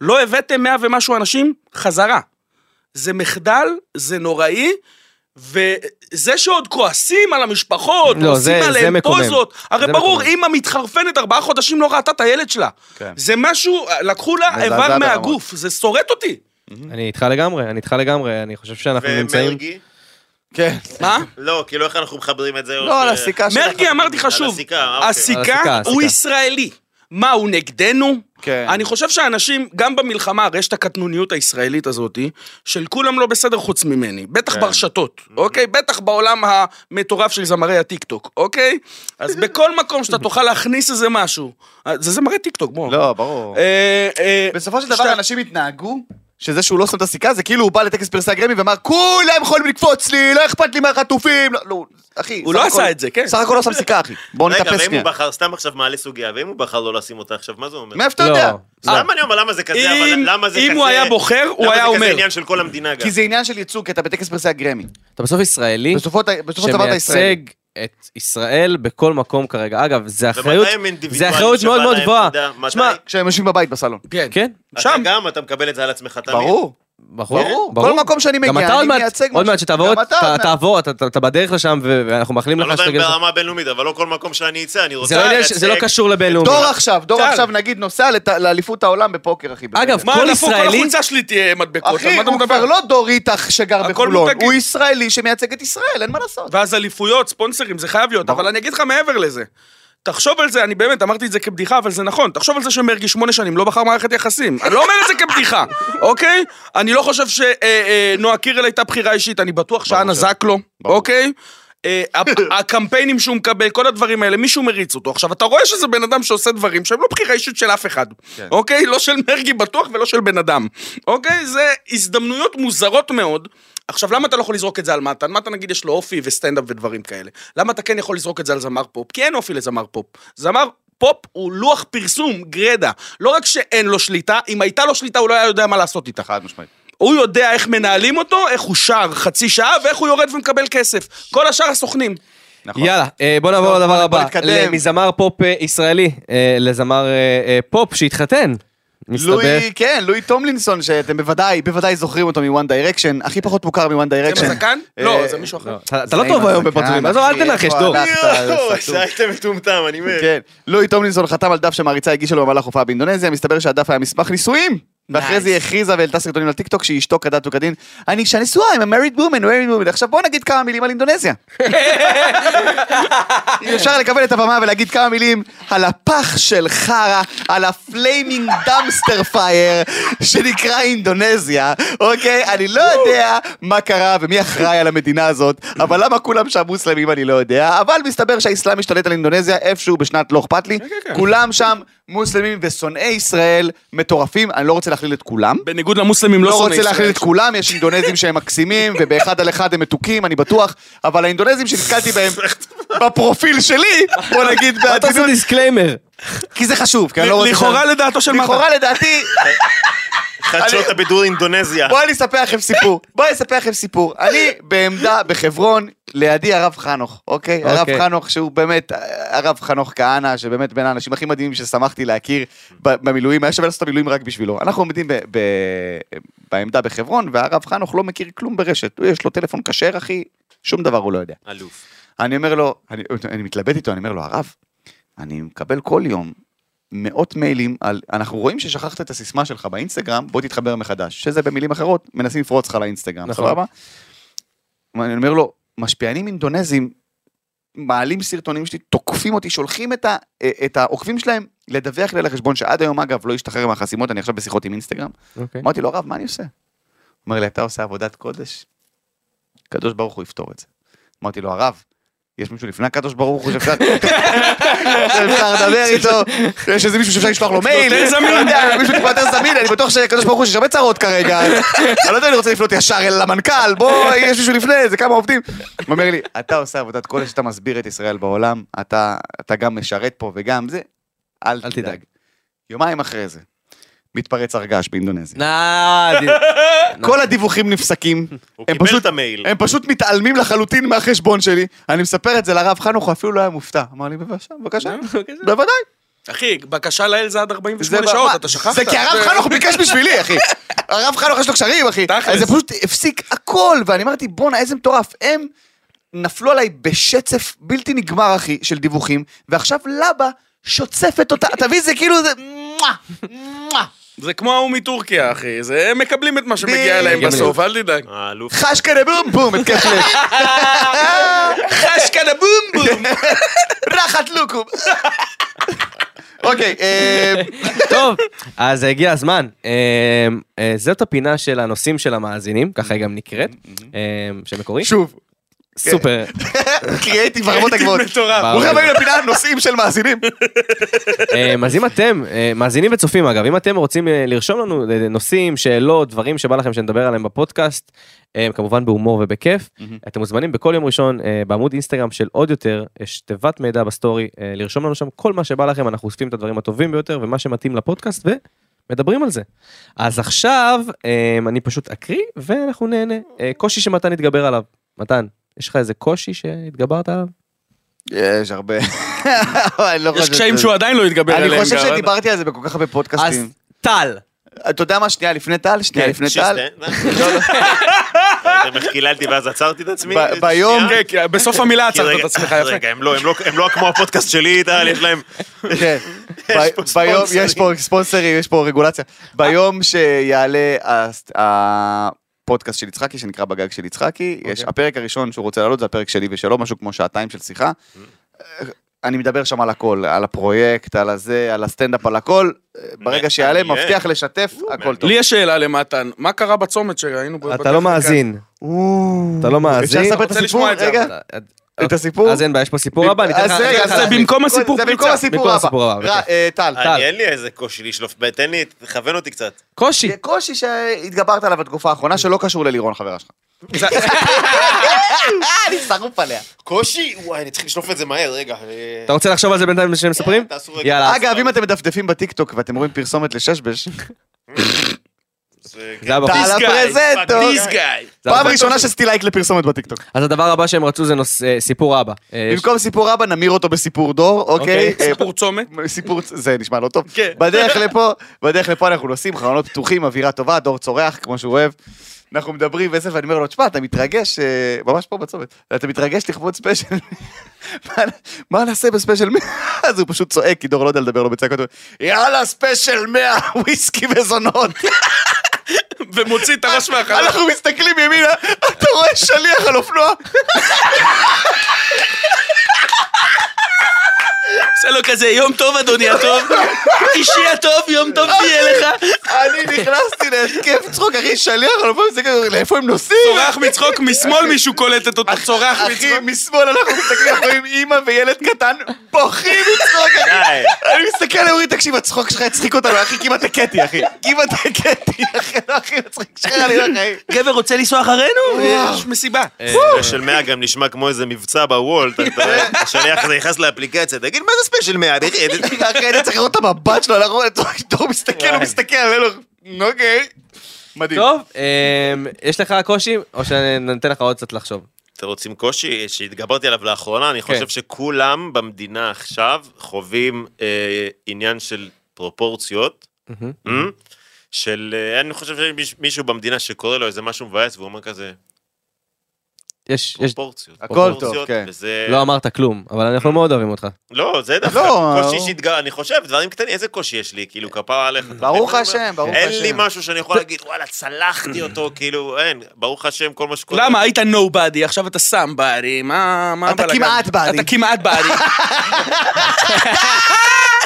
לא הבאתם מאה ומשהו אנשים חזרה. זה מחדל, זה נוראי. וזה שעוד כועסים על המשפחות,
לא,
לא, עושים
זה- זה
עליהם
מקומם.
פוזות, הרי
זה
ברור,
מקומם.
אימא מתחרפנת ארבעה חודשים לא ראתה את הילד שלה.
כן.
זה משהו, לקחו לה
מזעזע
איבר
ברמות.
מהגוף, זה שורט אותי.
אני איתך לגמרי, אני איתך לגמרי, אני חושב שאנחנו נמצאים...
ומרגי?
כן.
מה?
לא, כאילו איך אנחנו מחברים את זה?
לא, על הסיכה שלך.
אה, מרגי אמרתי
על
חשוב,
הסיכה,
אה,
אוקיי.
על אה, הסיכה,
הסיכה הוא
הסיכה.
ישראלי. מה, הוא נגדנו?
כן.
אני חושב שאנשים, גם במלחמה, הרי יש את הקטנוניות הישראלית הזאת, של כולם לא בסדר חוץ ממני. בטח
כן.
ברשתות,
Mm-hmm.
אוקיי? בטח בעולם המטורף של זמרי הטיקטוק, אוקיי? אז בכל מקום שאתה תוכל להכניס איזה משהו, אה, זה זמרי טיקטוק, בוא.
לא, ברור.
אה, אה,
בסופו של
שאתה-
דבר אנשים התנהגו שזה שהוא לא שם את הסיכה זה כאילו הוא בא לטקס פרסי הגרמי ואמר כולם יכולים לקפוץ לי לא אכפת לי מהחטופים לא, לא, אחי
הוא
סך
לא
הכל-
עשה את זה, כן.
סך הכל לא שם סיכה אחי בוא
רגע,
נתאפס
ואם
שנייה
הוא בחר, סתם עכשיו מעלה סוגיה, ואם הוא בחר לא לשים אותה עכשיו, מה זה אומר?
מאיפה אתה
לא,
יודע
לא.
למה אני אומר למה זה כזה, אבל
אם-
למה זה כזה...
אם הוא היה בוחר, הוא היה
למה זה
אומר.
כזה עניין של כל המדינה גם?
כי זה עניין של ייצוג כי אתה בטקס פרסי הגרמי
אתה בסוף ישראלי,
בסופו בסופו של דבר אתה
שמייצג
ישראלי
את ישראל בכל מקום כרגע. אגב, זה אחריות,
הם אינדיבידואלים
זה אחריות
שבא
מאוד מאוד
להם,
גבוהה.
אתה יודע, מתי?
שמע,
כשהם יושבים בבית בסלון
כן.
כן,
שם.
שם.
אתה גם, אתה מקבל את זה על עצמך תמיד.
ברור
בחור,
ברור. כל מקום שאני
גם
מגיע,
אתה
אני
עוד מעט-
מייצג
עוד מעט
משהו.
שתעבור,
גם אתה
אתה-
עוד מעט.
תעבור, אתה- אתה אתה בדרך לשם, ו- ואנחנו מאחלים
אני לא
לך
יודע אם
שתגיע לשם.
ברמה הבינלאומית, אבל לא כל מקום שאני אצא, אני רוצה
זה לא עניין ש- זה לא
לייצג-
קשור לבינלאומי.
דור עכשיו דור
צה"ל.
עכשיו נגיד נוסע לת- לאליפות העולם בפוקר אחי
אגב,
מה,
כל
איפה כל
ישראלי-
החולצה שלי תהיה מדבקות, על
אחי
מה אתה
הוא
מדבר?
כבר לא דור איתך שגר
הכל
בחולון
מותגים.
הוא ישראלי שמייצג את ישראל אין מה לעשות
ואז אליפויות, ספונסרים, זה חייב להיות. אבל אני אגיד לך מעבר לזה. תחשוב על זה, אני באמת אמרתי את זה כבדיחה, אבל זה נכון. תחשוב על זה שמרגי שמונה שנים לא בחר מערכת יחסים. אני לא אומר את זה כבדיחה, אוקיי? אני לא חושב שנועה קירל הייתה בחירה אישית, אני בטוח שאנה זק לו, אוקיי? אה, ה- הקמפיינים שהוא מקבל, כל הדברים האלה, מישהו מריץ אותו. עכשיו, אתה רואה שזה בן אדם שעושה דברים שהם לא בחירה אישית של אף אחד, אוקיי? לא של מרגי בטוח ולא של בן אדם, אוקיי? זה הזדמנויות מוזרות מאוד. עכשיו, למה אתה לא יכול לזרוק את זה על מתן? מתן, נגיד, יש לו אופי וסטנדאפ ודברים כאלה. למה אתה כן יכול לזרוק את זה על זמר פופ? כי אין אופי לזמר פופ. זמר פופ הוא לוח פרסום, גרדה. לא רק שאין לו שליטה, אם הייתה לו שליטה, הוא לא היה יודע מה לעשות איתה.
חד משמעית
הוא יודע איך מנהלים אותו, איך הוא שר חצי שעה, ואיך הוא יורד ומקבל כסף. כל השאר הסוכנים.
נכון.
יאללה, אה, בוא נעבור
טוב,
לדבר
בוא
הבא.
נתקדם.
מזמר פופ אה, ישראלי, אה, לזמר אה, אה, פופ שהתחתן. מסתבר.
לואי, כן, לואי טומלינסון, שאתם בוודאי, בוודאי זוכרים אותו מוואן דיירקשן, הכי פחות מוכר מוואן
זה
דיירקשן.
מזקן?
אה,
לא, זה מישהו אחר.
לא, אתה אתה לא טוב היום בפרצופים, עזוב, אל תנחש, דור. לא
יואו, שהיית מטומטם, אני מת.
כן, לואי טומלינסון חתם על דף שמעריצה הגישה לו במהלך הופעה באינדונזיה, מסתבר שהדף היה מסמך נישואים. ואחרי זה היא הכריזה והעלתה סרטונים לטיקטוק שהיא אשתו כדת וכדין. אני אישה נשואה, I'm a married woman, married woman. עכשיו בוא נגיד כמה מילים על אינדונזיה. אם אפשר לקבל את הבמה ולהגיד כמה מילים על הפח של חרא, על הפליימינג דמסטר פייר שנקרא אינדונזיה, אוקיי? אני לא יודע מה קרה ומי אחראי על המדינה הזאת, אבל למה כולם שם מוסלמים אני לא יודע, אבל מסתבר שהאסלאם השתלט על אינדונזיה איפשהו בשנת לא אכפת לי. כולם שם מוסלמים ושונאי ישראל מטורפים, אני לא רוצה להכליל את כולם.
בניגוד למוסלמים לא
לא
שונאי
רוצה
ישראל.
להכליל את כולם, יש אינדונזים שהם מקסימים, ובאחד על אחד הם מתוקים, אני בטוח, אבל האינדונזים שנתקלתי בהם בפרופיל שלי, בוא נגיד
מה אתה עושה
בעדינות,
דיסקליימר?
כי זה חשוב, כי אני לא רוצה...
לכאורה לדעתו של מטה.
לכאורה לדעתי,
חדשות הבידור אינדונזיה.
בואו אני אספר לכם סיפור. בואו אני אספר לכם סיפור. אני בעמדה בחברון, לידי הרב חנוך, אוקיי? הרב
אוקיי.
חנוך, שהוא באמת, אה, הרב חנוך כהנא, שבאמת בין האנשים הכי מדהימים ששמחתי להכיר ב- במילואים, היה שווה לעשות את המילואים רק בשבילו. אנחנו עומדים ב- ב- בעמדה בחברון, והרב חנוך לא מכיר כלום ברשת. הוא, יש לו טלפון כשר, אחי, שום דבר הוא לא יודע.
אלוף.
אני אומר לו, אני, אני מתלבט איתו, אני אומר לו, הרב, אני מקבל כל יום מאות מיילים על, אנחנו רואים ששכחת את הסיסמה שלך באינסטגרם, בוא תתחבר מחדש. שזה במילים אחרות, מנסים לפרוץ לך לאינסטגרם,
נכון.
סבבה? אני אומר לו, משפיענים אינדונזים מעלים סרטונים שלי, תוקפים אותי, שולחים את, ה, את העוקבים שלהם לדווח לי על החשבון, שעד היום אגב לא השתחרר מהחסימות, אני עכשיו בשיחות עם אינסטגרם.
אוקיי.
אמרתי לו, הרב, מה אני עושה? אומר לי, אתה עושה עבודת קודש? הקדוש ברוך הוא יפתור את זה. אמרתי לו, הרב, יש מישהו לפני הקדוש ברוך הוא שאפשר שאפשר לדבר איתו, יש איזה מישהו שאפשר לשלוח לו מייל,
יותר זמין.
לא יודע, מישהו טיפה יותר זמין, אני בטוח שהקדוש ברוך הוא שיש הרבה צרות כרגע, אז אני לא יודע אם אני רוצה לפנות ישר אל המנכ"ל, בוא, יש מישהו לפני, זה כמה עובדים. הוא אומר לי, אתה עושה עבודת קודש, אתה מסביר את ישראל בעולם, אתה אתה גם משרת פה וגם זה, אל
אל
תדאג.
תדאג.
יומיים אחרי זה, מתפרץ הרגש באינדונזיה.
נא...
כל הדיווחים נפסקים.
הוא
הם
קיבל
פשוט-
את המייל.
הם פשוט מתעלמים לחלוטין מהחשבון שלי. אני מספר את זה לרב חנוך, הוא אפילו לא היה מופתע. אמר לי, בבקשה, בבקשה.
לא.
בוודאי.
אחי, בקשה לאל זה עד
זה
48
ב-
שעות,
מה?
אתה שכחת.
זה כי הרב חנוך ביקש בשבילי, אחי. הרב חנוך יש לו קשרים, אחי.
תכלס.
אז זה פשוט הפסיק הכל, ואני אמרתי, בואנה, איזה מטורף. הם נפלו עליי בשצף בלתי נגמר, אחי, של דיווחים, ועכשיו לבה שוצפת אותה. תביא, זה כאילו, זה... מואה, מואה.
זה כמו ההוא מטורקיה, אחי. זה, הם מקבלים את מה שמגיע
בדיוק.
להם בסוף, אל תדאג.
האלוף.
חש כזה בום בום, התקף לב.
חש כאן הבום בום.
רחת לוקום. אוקיי, אה,
טוב, אז הגיע הזמן. אה, אה, זאת הפינה של הנושאים של המאזינים, ככה היא גם נקראת, אה, שם מקורי.
שוב,
סופר.
קריאייטיב ברמות הגבוהות.
מטורף.
ברוכים הבאים לפינה נושאים של מאזינים.
אה, אז אם אתם, אה, מאזינים וצופים אגב, אם אתם רוצים אה, לרשום לנו אה, נושאים, שאלות, דברים שבא לכם שנדבר עליהם בפודקאסט, אה, כמובן בהומור ובכיף, אתם מוזמנים בכל יום ראשון אה, בעמוד אינסטגרם של עוד יותר, יש תיבת מידע בסטורי, אה, לרשום לנו שם כל מה שבא לכם, אנחנו אוספים את הדברים הטובים ביותר ומה שמתאים לפודקאסט ומדברים על זה. אז עכשיו אה, אני פשוט אקריא ואנחנו נהנה. אה, קושי שמתן התגבר עליו. מתן, יש לך איזה קושי שהתגברת עליו?
יש הרבה. אני לא
יש
חושב
קשיים
שזה-
שהוא עדיין לא התגבר עליהם.
אני חושב
גם.
שדיברתי על זה בכל כך הרבה פודקאסטים.
טל.
אתה יודע מה, שנייה לפני טל, שנייה
כן,
לפני טל.
שיסטה. לא, ראיתם איך קיללתי ואז עצרתי את עצמי? אה,
ב- ביום-
שנייה.
כן, כי אה, בסוף המילה
כי
עצרת
רגע,
את עצמך, יפה.
רגע, הם לא- הם לא- הם לא כמו הפודקאסט שלי, טל, יש להם...
כן. ב-
פה
ביום,
ספונסרים.
יש פה ספונסרים, יש פה רגולציה. ביום שיעלה הס- הפודקאסט של יצחקי, שנקרא בגג של יצחקי, יש, הפרק הראשון שהוא רוצה לעלות זה הפרק שלי ושלו, משהו כמו שעתיים של שיחה. אני מדבר שם על הכל, על הפרויקט, על הזה, על הסטנדאפ, על הכל. ברגע שיעלה,
מעניין.
מבטיח לשתף, הכל טוב.
לי יש שאלה למתן, מה קרה בצומת שהיינו בו?
אתה לא מאזין. אתה לא מאזין.
אפשר לספר את
רוצה
הסיפור
לשמוע את זה,
רגע?
אבל-
את הסיפור?
אז אין בעיה, יש פה סיפור הבא, ניתן לך...
אז רגע,
זה
אז-
במקום הסיפור
זה במקום
פריצה.
הסיפור
במקום הסיפור
הבא.
הבא,
רע,
בטח.
אה, טל.
טל.
אני, אין לי איזה קושי לשלוף, ב- תן לי, תכוון אותי קצת.
קושי.
זה קושי שהתגברת עליו בתקופה האחרונה שלא קשור ללירון חברה שלך.
זה-
אני שרוף עליה.
קושי? וואי, אני צריך לשלוף את זה מהר, רגע. אה,
אתה רוצה לחשוב על זה בינתיים לפני שמספרים?
כן, תעשו רגע.
יאללה,
אגב, אם אתם מדפדפים בטיקטוק ואתם רואים פרסומת לששבש,
זה-
זה היה בחוץ.
טל
This guy,
הפרזנטור.
This
זה
guy.
היה
פעם
בחוץ.
ראשונה שעשיתי לייק לפרסומת בטיקטוק.
אז הדבר הבא שהם רצו זה נוס- אה, סיפור אבא. אה, יש-
במקום סיפור אבא, נמיר אותו בסיפור דור, אוקיי? אה,
כן, סיפור צומת.
סיפור, זה נשמע לא טוב.
כן.
בדרך לפה, בדרך לפה אנחנו נוסעים, חלונות פתוחים, אווירה טובה, דור צורח, כמו שהוא אוהב. אנחנו מדברים וזה, ואני אומר לו, תשמע, אתה מתרגש, אה, ממש פה בצומת, אתה מתרגש לכבוד ספיישל. מה- מה נעשה בספיישל 100? אז הוא פשוט צועק, כי דור לא יודע לדבר לו בצעקות, הוא אומר, יאללה, ספיישל 100, וויסקי וזונות.
ומוציא את הראש מהחלל.
אנחנו מסתכלים ימינה, אתה רואה שליח על אופנוע?
עושה לו כזה, יום טוב אדוני הטוב, אישי הטוב, יום טוב שיהיה לך.
אני נכנסתי להתקף צחוק, אחי, שליח על אופנוע, מסתכל, לאיפה הם נוסעים?
צורח מצחוק, משמאל מישהו קולט אותו, צורח
אחי,
מצחוק.
משמאל אנחנו מסתכלים, אנחנו רואים אימא וילד קטן בוכים מצחוק, אחי.
די.
אני מסתכל על אורי, תקשיב, הצחוק שלך הצחיק אותנו, אחי, כמעט הכיתי, אחי. כמעט הכיתי, אחי, לא, אחי, הצחיק שלך, אני לא חיים.
גבר רוצה לנסוע אחרינו? אה,
וואו.
יש מסיבה.
ספיישל 100 גם נשמע כמו איזה מבצע בוולט, אתה רואה? השליח הזה נכנס לאפליקציה, תגיד מה זה ספיישל 100?
לא אחי, אני צריך לראות את המבט שלו, אנחנו רואים, דור מסתכל, הוא מסתכל עלינו, אוקיי. מדהים.
טוב, אמ, יש לך קושי, או שניתן לך עוד קצת לחשוב?
אתם רוצים קושי שהתגברתי עליו לאחרונה? אני
כן.
חושב שכולם במדינה עכשיו חווים אה, עניין של פרופורציות. אמ? של, אה, אני חושב שיש מיש- מישהו במדינה שקורא לו איזה משהו מבאס והוא אומר כזה,
יש, יש,
פרופורציות.
הכל טוב,
פרופורציות,
כן.
וזה...
לא אמרת כלום, אבל אנחנו מאוד אוהבים אותך.
לא, זה דווקא
לא,
קושי
הוא-
שהתגבר, אני חושב, דברים קטנים, איזה קושי יש לי, כאילו, כפרה עליך. אתה מבין
ברוך
מה אני אומר?
השם, ברוך
אין לי
השם.
משהו שאני יכול להגיד, וואלה, צלחתי אותו, כאילו, אין, ברוך השם, כל מה שקורה.
למה? היית נובדי, עכשיו אתה סמבדי, מה... מה
אתה
הבלגן?
כמעט body.
אתה כמעט באדי.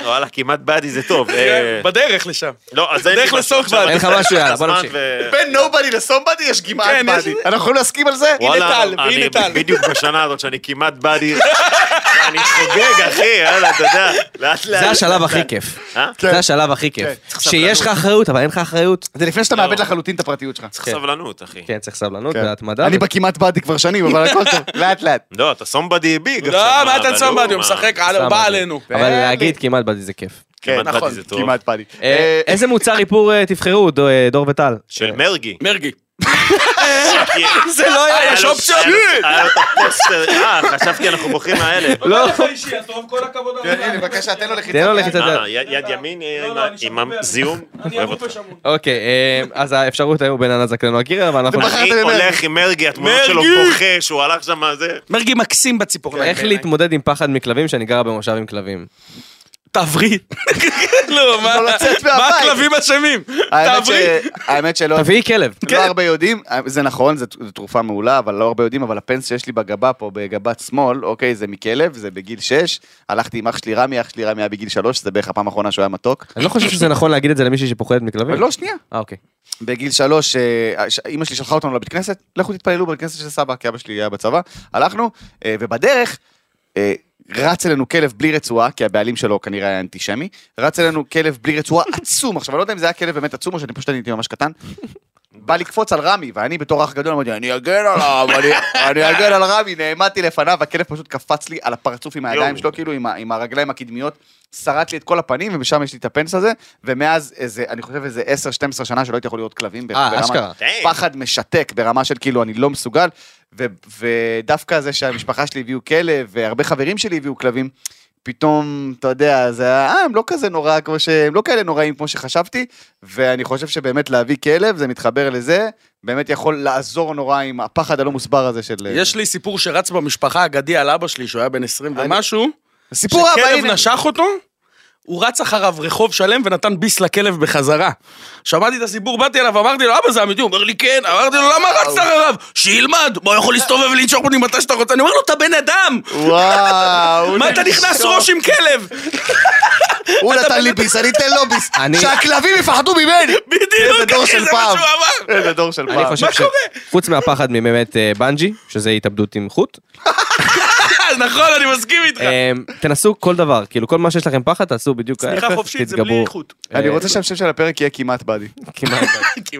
וואלה, כמעט באדי זה טוב. אה,
בדרך לשם.
לא, אז אין לי
בדרך
משהו.
לסוף
עכשיו
באדי.
אין לך
אני
משהו, יאללה, בוא
צריך זמן
נמשיך.
ו-
בין נובדי לסומבדי יש גימט
כן, יש
באדי.
איזה-
אנחנו יכולים להסכים על זה?
וואלה,
טל, והנה
אני
טל.
בדיוק בשנה הזאת שאני כמעט באדי, ואני חוגג, אחי, יאללה, אתה יודע, לאט לאט.
זה השלב הכי כיף.
אה?
כן.
זה השלב הכי כיף.
צריך
שיש לך
סבלנות.
אחריות, אבל אין לך אחריות.
זה לפני שאתה מאבד לחלוטין את הפרטיות שלך.
צריך סבלנות, אחי.
כן, צריך סבלנות
כן.
והתמדה.
אני בכמעט באדי כבר שנים, אבל הכל טוב, לאט לאט.
לא, אתה סומבדי ביג
לא, מה אתה סמבדי? הוא משחק, הלו,
סבבה.
הוא בא עלינו. אה,
אבל להגיד כמעט באתי זה כיף.
כן,
כן, נכון,
זה טוב.
כמעט באדי.
אה, איזה מוצר איפור אה, תבחרו, דו- אה, דור וטל?
של מרגי. כן.
מרגי.
זה לא
היה
יש
לו-
אופציה?
היה לו- היה לו את הפוסטר, אה, חשבתי אנחנו בוכים מהאלה.
לא.
הנה, בבקשה, תן לו לחיצה.
תן לו לחיצת יד.
אה, יד יד ימין
לא,
אה, עם ה- עם הזיהום. אוהב אותך.
אוקיי, אה, אז האפשרות היום בין הנזק לנו הקירה, אבל אנחנו...
אתם בחרתם
אני
במרגי.
הולך עם מרגי, התמונות שלו בוכה, שהוא הלך שם, זה...
מרגי מקסים
כן,
בציפורניים.
איך להתמודד עם פחד מכלבים שאני גרה במושב עם כלבים?
תעברי. לא, מה?
לא לצאת
מה
מהבית.
הכלבים אשמים?
האמת
תעברי.
ש- האמת שלא
תביאי כלב.
כן.
לא הרבה יודעים, זה נכון, זו זו תרופה מעולה, אבל לא הרבה יודעים, אבל הפנס שיש לי בגבה פה, בגבת שמאל, אוקיי, זה מכלב, זה בגיל 6, הלכתי עם אח שלי רמי, אח שלי רמי היה בגיל 3, זה בערך הפעם האחרונה שהוא היה מתוק.
אני לא חושב שזה נכון להגיד את זה למישהי שפוחדת מכלבים.
לא, שנייה.
אה, אוקיי.
בגיל שלוש, אה, ש- אימא שלי שלחה אותנו לבית כנסת, לכו תתפללו בבית כנסת של סבא, כי אבא שלי היה בצבא, הלכנו, אה, ובדרך, אה, רץ אלינו כלב בלי רצועה, כי הבעלים שלו כנראה היה אנטישמי, רץ אלינו כלב בלי רצועה עצום, עכשיו אני לא יודע אם זה היה כלב באמת עצום, או שאני פשוט הייתי ממש קטן, בא לקפוץ על רמי, ואני בתור אח גדול אמרתי, אני אגן עליו, אני- אני אגן על רמי, נעמדתי לפניו, הכלב פשוט קפץ לי על הפרצוף עם הידיים
יואו.
שלו, כאילו עם ה- עם הרגליים הקדמיות, שרט לי את כל הפנים, ומשם יש לי את הפנס הזה, ומאז איזה, אני חושב איזה 10-12 שנה שלא הייתי יכול לראות כלבים. ברמה-
אשכרה.
פחד משתק ברמה של כאילו אני לא מסוגל, ו- ודווקא זה שהמשפחה שלי הביאו כלב, והרבה חברים שלי הביאו כלבים, פתאום, אתה יודע, זה היה, אה, הם לא כזה נורא כמו ש... הם לא כאלה נוראים כמו שחשבתי, ואני חושב שבאמת להביא כלב, זה מתחבר לזה, באמת יכול לעזור נורא עם הפחד הלא מוסבר הזה של...
יש לי סיפור שרץ במשפחה אגדי על אבא שלי, שהוא היה בן 20 ומשהו,
אה, סיפור הבא,
שכלב
הנה.
נשך אותו, הוא רץ אחריו רחוב שלם ונתן ביס לכלב בחזרה. שמעתי את הסיפור, באתי אליו, אמרתי לו, אבא זה אמיתי, הוא אומר לי כן, אמרתי לו, למה רצת אחריו? שילמד, מה, הוא יכול להסתובב ולנשוך אותי מתי שאתה רוצה, אני אומר לו, אתה בן אדם,
וואו.
מה אתה נכנס ראש עם כלב?
הוא נתן לי ביס, אני אתן לו ביס.
אני-
שהכלבים יפחדו ממני. איזה
בדיוק,
דור
אחי,
של
זה מה
פעם.
שהוא אמר.
איזה דור של
אני
פעם.
חושב שחוץ מהפחד מבאמת אה, בנג'י, שזה התאבדות עם חוט,
נכון, אני מסכים איתך.
אה, תנסו כל דבר, כאילו כל מה שיש לכם פחד, תעשו בדיוק אה,
סליחה חופשית, זה בלי חוט.
אני
לא.
רוצה שהשם של הפרק יהיה כמעט באדי.
כמעט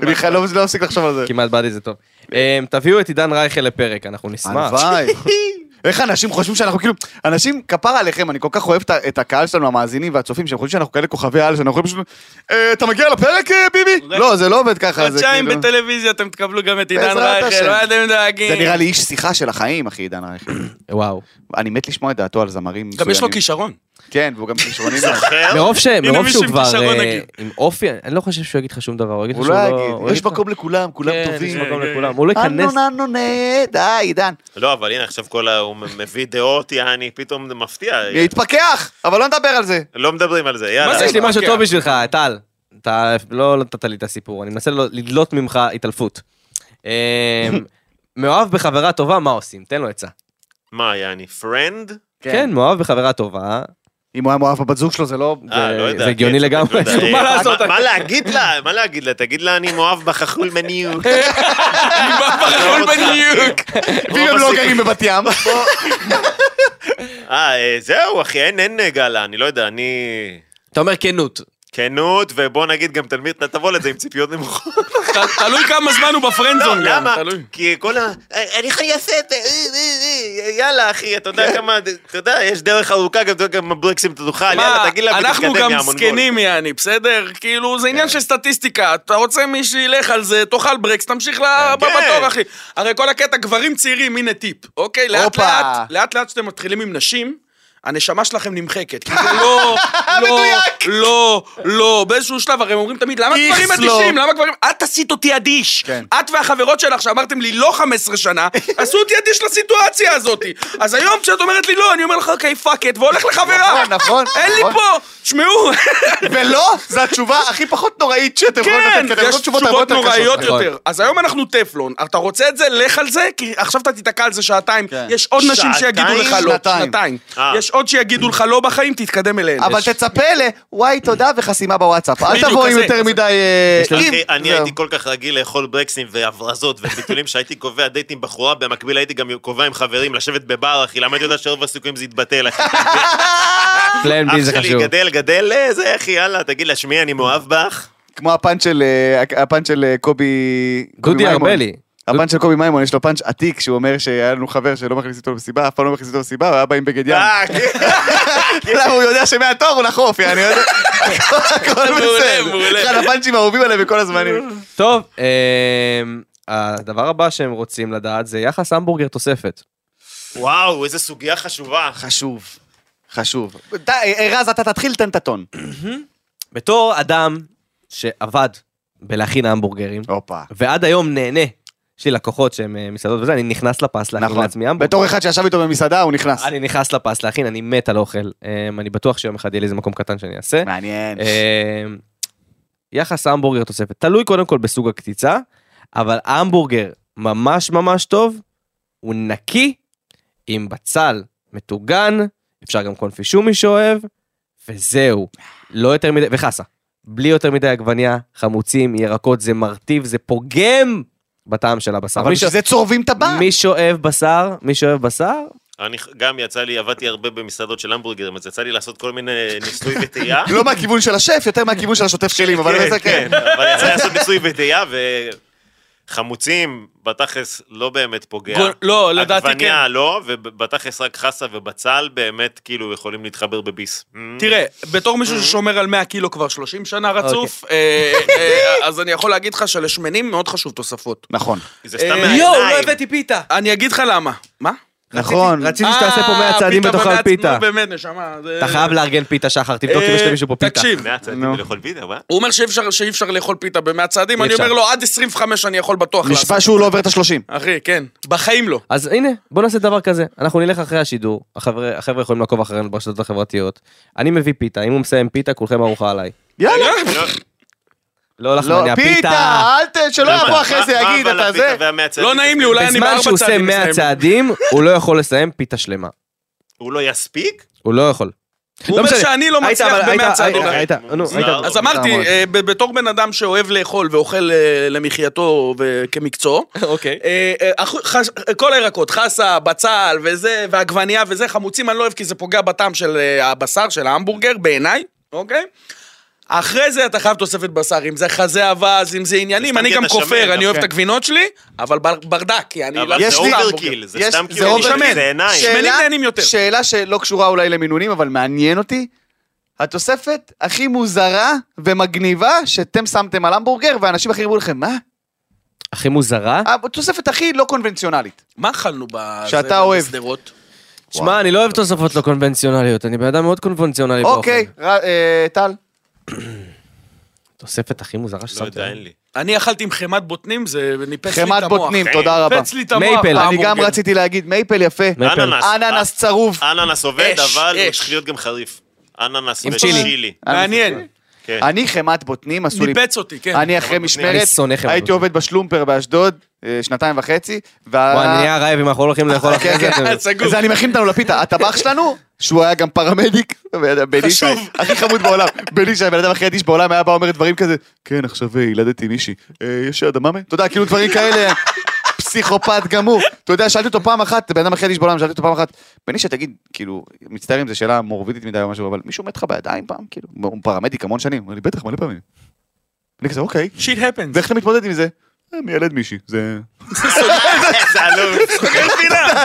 אני חי- לא לא מפסיק לחשוב על זה.
כמעט באתי זה טוב. אה, תביאו את עידן רייכל לפרק, אנחנו נשמח.
הלוואי. איך אנשים חושבים שאנחנו כאילו, אנשים, כפרה עליכם, אני כל כך אוהב את ה- את הקהל שלנו, המאזינים והצופים, שהם חושבים שאנחנו כאלה כוכבי על, שאנחנו יכולים פשוט, "אה, אתה מגיע לפרק, אה, ביבי? לא, זה לא עובד ככה, זה
חודשיים
כאילו...
בטלוויזיה אתם תקבלו גם את עידן
בעזרת
רייכל,
השם.
מה אתם דואגים?
זה נראה לי איש שיחה של החיים, אחי, עידן רייכל.
וואו.
אני מת לשמוע את דעתו על זמרים
גם יש לו
מסוימים.
כישרון.
כן, והוא גם כישרוני.
זוכר?
מרוב ש- מרוב
אה, מישהו
שהוא
עם
כבר
כישרון,
אה,
נגיד.
עם אופי, אני לא חושב שהוא יגיד לך שום דבר, הוא יגיד לך
הוא
שהוא
לא
לא... הוא
יגיד, יש
יגיד לך-
מקום לכולם, כולם
כן, יש
טובים.
מקום לכולם, הוא לא ייכנס...
אנו ננו נה, די, עידן.
לא, אבל הנה, עכשיו כל ה... הוא מביא דעות, יעני, פתאום זה מפתיע.
יתפכח, אבל לא נדבר על זה.
לא מדברים על זה, יאללה.
מה זה
יש לי משהו
אוקיי.
טוב בשבילך, טל. אתה לא נתת לי את הסיפור, אני מנסה לא- לדלות ממך התעלפות. אה, מאוהב בחברה טובה, מה עושים? תן לו עצה.
מה, יעני, פרנד?
כן, מאוהב בחברה טובה,
אם הוא היה מאוהב בבת זוג שלו, זה לא...
אה, לא יודע.
זה הגיוני
כן,
לגמרי.
לא יודע.
מה לעשות?
מה להגיד לה? מה להגיד לה? תגיד לה, אני מאוהב בחחול לא מניוק.
אני בחול בניוק.
ואם הם לא גרים בבת ים,
אה, אה, זהו, אחי, אין, אין אה, גאלה, אני לא יודע, אני...
אתה אומר כנות.
כנות, ובוא נגיד גם תלמיד, אתה תבוא לזה עם ציפיות נמוכות.
ת- תלוי כמה זמן הוא
לא,
בפרנדזון גם,
למה?
תלוי.
כי כל ה... אה, אני יכול לעשות את זה, אה, אה, אה, יאללה, אחי, אתה
כן.
יודע כמה, אתה יודע, יש דרך ארוכה, גם אתה יודע כמה בלקסים אתה תאכל, יאללה, תגיד להם,
אנחנו
ותתקדם,
גם
יא המונגול.
זקנים, יעני, בסדר? כאילו, זה
כן.
עניין של סטטיסטיקה. אתה רוצה מי שילך על זה, תאכל ברקס, תמשיך לבא
כן.
בתור, אחי. הרי כל הקטע, גברים צעירים, הנה טיפ. אוקיי, לאט
הופה.
לאט, לאט לאט שאתם מתחילים עם נשים, הנשמה שלכם נמחקת. כי זה לא, לא, לא, לא, באיזשהו שלב, הרי הם אומרים תמיד, למה
איכס
גברים
לא."
אדישים? למה גברים... את עשית אותי אדיש.
כן.
את והחברות שלך שאמרתם לי לא 15 שנה, עשו אותי אדיש לסיטואציה הזאת. אז היום כשאת אומרת לי לא, אני אומר לך, אוקיי, פאק את, והולך לחברה.
נכון, נכון,
אין לי
נכון.
פה, תשמעו.
ולא, זו התשובה הכי פחות נוראית שאתם יכולים
כן,
לתת, כי אתם
יש
יכולים הרבה
תשובות
יותר קשות.
נוראיות
נכון.
יותר. אז היום אנחנו טפלון, אתה רוצה את זה, לך על זה, כי עכשיו אתה תיתקע על זה שעתיים.
כן.
יש עוד נשים שיגידו
שעתיים?
לך לא.
שנתיים.
אה.
יש עוד שיגידו לך לא בחיים, תתקדם אליהן.
אבל
יש-
תצפה ל... וואי, תודה וחסימה בוואטסאפ. אל
בדיוק,
תבוא עם
כזה,
יותר
כזה.
מדי... אה, אם-
כן.
אחי, אני
זהו.
הייתי כל כך רגיל לאכול ברקסים והברזות וביטולים שהייתי קובע דייט עם בחורה, במקביל הייתי גם קובע עם חברים לשבת בבר, אחי, למה אני יודע שרוב הסיכויים זה יתבטל, אחי.
פלן בי
אח
זה
שלי
חשוב.
גדל, גדל, אה, זה, אחי, יאללה, תגיד לה, שמי, אני מאוהב בך.
כמו הפאנץ' של אה, הפאנץ' של אה, קובי... קובי
דודי
מימון.
ארבלי.
הפאנץ' של קובי מימון, יש לו פאנץ' עתיק, שהוא אומר שהיה לנו חבר שלא מכניס אותו למסיבה, אף פעם לא מכניס אותו למסיבה, הוא היה בא עם בגד ים.
אה, כן.
למה הוא יודע שמהתואר הוא לחוף, יעני, הוא יודע- הכל בסדר.
מעולה.
אחד הפאנצ'ים האהובים עליהם בכל הזמנים.
טוב, אמ, הדבר הבא שהם רוצים לדעת זה יחס המבורגר תוספת.
וואו, איזה סוגיה חשובה.
חשוב. חשוב. די, אה, רז, אתה תתחיל, תן את הטון.
בתור אדם שעבד בלהכין המבורגרים,
הופה.
ועד היום נהנה, יש לי לקוחות שהם אה, מסעדות וזה, אני נכנס לפס להכין
נכון.
לעצמי המבורגר.
בתור אחד שישב איתו במסעדה, הוא נכנס.
אני נכנס לפס להכין, אני מת על אוכל. אמ, אני בטוח שיום אחד יהיה לי איזה מקום קטן שאני אעשה.
מעניין.
אמ, יחס המבורגר תוספת, תלוי קודם כל בסוג הקציצה, אבל המבורגר ממש ממש טוב, הוא נקי, עם בצל מטוגן, אפשר גם קונפישום מי שאוהב, וזהו. לא יותר מדי, וחסה. בלי יותר מדי עגבניה, חמוצים, ירקות, זה מרטיב, זה פוגם בטעם של הבשר.
אבל
מי ש-
בשביל זה צורבים את הבא.
מי שאוהב בשר, מי שאוהב בשר,
אני גם יצא לי, עבדתי הרבה במסעדות של המבורגרים, אז יצא לי לעשות כל מיני ניסוי וטעייה.
לא מהכיוון של השף, יותר מהכיוון של השוטף כלים, אבל זה כן.
אבל יצא לי לעשות ניסוי וטעייה, וחמוצים, בתכלס לא באמת פוגע.
גול- לא, לדעתי כן.
עגבניה לא, ובתכלס רק חסה ובצל באמת כאילו יכולים להתחבר בביס. Mm,
תראה, בתור מישהו ששומר על 100 קילו כבר 30 שנה
אוקיי.
רצוף, אה, אה, אז אני יכול להגיד לך שלשמנים מאוד חשוב תוספות.
נכון.
זה סתם
אה,
מהעיניים.
פיתה.
אני אגיד לך למה. מה?
נכון.
רציתי שתעשה פה
אה,
100 צעדים
פיתה
ותאכל
במעצ-
פיתה.
נו, באמת, נשמה. זה- אה,
אתה חייב לארגן פיתה שחר, תבדוק אם יש למישהו
אה,
פה פיתה.
תקשיב,
מהצעדים
נו.
ולאכול וידאו, אה?
הוא אומר שאי אפשר- שאי אפשר לאכול פיתה במאה צעדים,
אי
אני אומר
אפשר.
לו, עד 25 אני יכול בטוח לעשות.
נשבע שהוא לא עובר את השלושים.
אחי, כן. בחיים לא.
אז הנה, בוא נעשה דבר כזה, אנחנו נלך אחרי השידור, החבר'ה החבר'ה יכולים לעקוב אחרינו ברשתות החברתיות, אני מביא פיתה, אם הוא מסיים פיתה, כולכם ארוחה עליי.
יאללה.
לא,
לא
לא,
לחמניה,
פיתה, אל ת... שלא יבוא אחרי זה,
לא, מה- מה
יגיד,
אבל
אתה
הפיתה
זה.
והמהצעדים?
לא נעים לי, אולי אני
בזמן שהוא
בארבע
עושה
צעדים
100
מסיים.
צעדים, הוא לא יכול לסיים פיתה שלמה.
הוא לא יספיק?
הוא לא יכול.
הוא
לא
אומר
משנה.
שאני לא
היית,
מצליח
אבל-
במאה
היית-
צעדים.
היית- היית- נו,
אז
היית-
אז
טוב,
אמרתי, אה, ב- בתור בן אדם שאוהב לאכול ואוכל אה, למחייתו וכמקצוע,
אוקיי.
אה, אה, אחו- חש- אה, כל הירקות, חסה, בצל וזה, ועגבנייה וזה, חמוצים אני לא אוהב כי זה פוגע בטעם של אה, הבשר, של ההמבורגר, בעיניי, אוקיי? אחרי זה אתה חייב תוספת בשר, אם זה חזה אווז, אם זה עניינים,
סתם
אני
קטע
גם
שמן,
כופר,
גם,
אני אוהב
כן.
את הגבינות שלי, אבל בר- ברדק, כי אני... לא-
אבל
יש
זה
לי-
אוברקיל, זה
יש-
סתם
זה
כאילו
overkill.
נשמן, זה עיניים.
שמנים
שאלה-
נהנים יותר.
שאלה שלא קשורה אולי למינונים, אבל מעניין אותי. התוספת הכי מוזרה ומגניבה שאתם שמתם על המבורגר, ואנשים אחרים אמרו לכם, מה?
הכי מוזרה?
אה?
התוספת הכי לא קונבנציונלית.
מה אכלנו בזה-
שאתה אוהב.
בשדרות?
שמע, אני לא אוהב תוספות לא קונבנציונליות, אני בן אדם מאוד קונבנציונלי באוכל.
אוקיי, ר- אה, טל.
תוספת הכי מוזרה
לא
ששמתי.
יודע, אין לי.
אני אכלתי עם חמת בוטנים, זה ניפץ לי את המוח.
חמת בוטנים, תודה רבה.
ניפץ לי את המוח.
מייפל,
אני גם
ההמבורגר.
רציתי להגיד, מייפל יפה.
מייפל.
אננס.
אננס צרוב.
אננס עובד,
אש,
אבל הוא
אש.
צריך להיות גם חריף. אננס
עם
וצ'ילי.
אה, מעניין.
כן.
אני חמת בוטנים, עשו לי...
ניפץ אותי, כן.
אני אחרי
אני
משמרת,
שונא חמת
הייתי
בוטנים.
עובד בשלומפר באשדוד, אה, שנתיים וחצי,
וואי, אני
וה...
נהיה רעב אם אנחנו לא הולכים לאכול אחרי
כן,
זה.
כן.
אתם-
סגור.
זה אני מכין אותנו לפיתה, הטבח שלנו, שהוא היה גם פרמדיק, בן ישי, הכי חמוד בעולם, בן ישי, הבן אדם הכי אדיש בעולם, היה בא אומר דברים כזה, כן, עכשיו אה, ילדתי מישהי, אה, יש יד המאמה? אתה יודע, כאילו דברים כאלה, פסיכופת גמור. אתה יודע, שאלתי אותו פעם אחת, הבן אדם הכי אדיש בעולם, שאלתי אותו פעם אחת, בן ישי, תגיד, כאילו, מצטער אם זו שאלה מורבידית מדי או משהו, אבל מישהו מת לך בידיים פעם, כאילו, הוא פרמדיק המון שנים, הוא אומר לי, בטח, מלא פעמים. אני כזה, אוקיי,
שיט הפנס.
ואיך אתה מתמודד עם זה? אה, מיילד מישהי, זה... אה,
זה עלוב.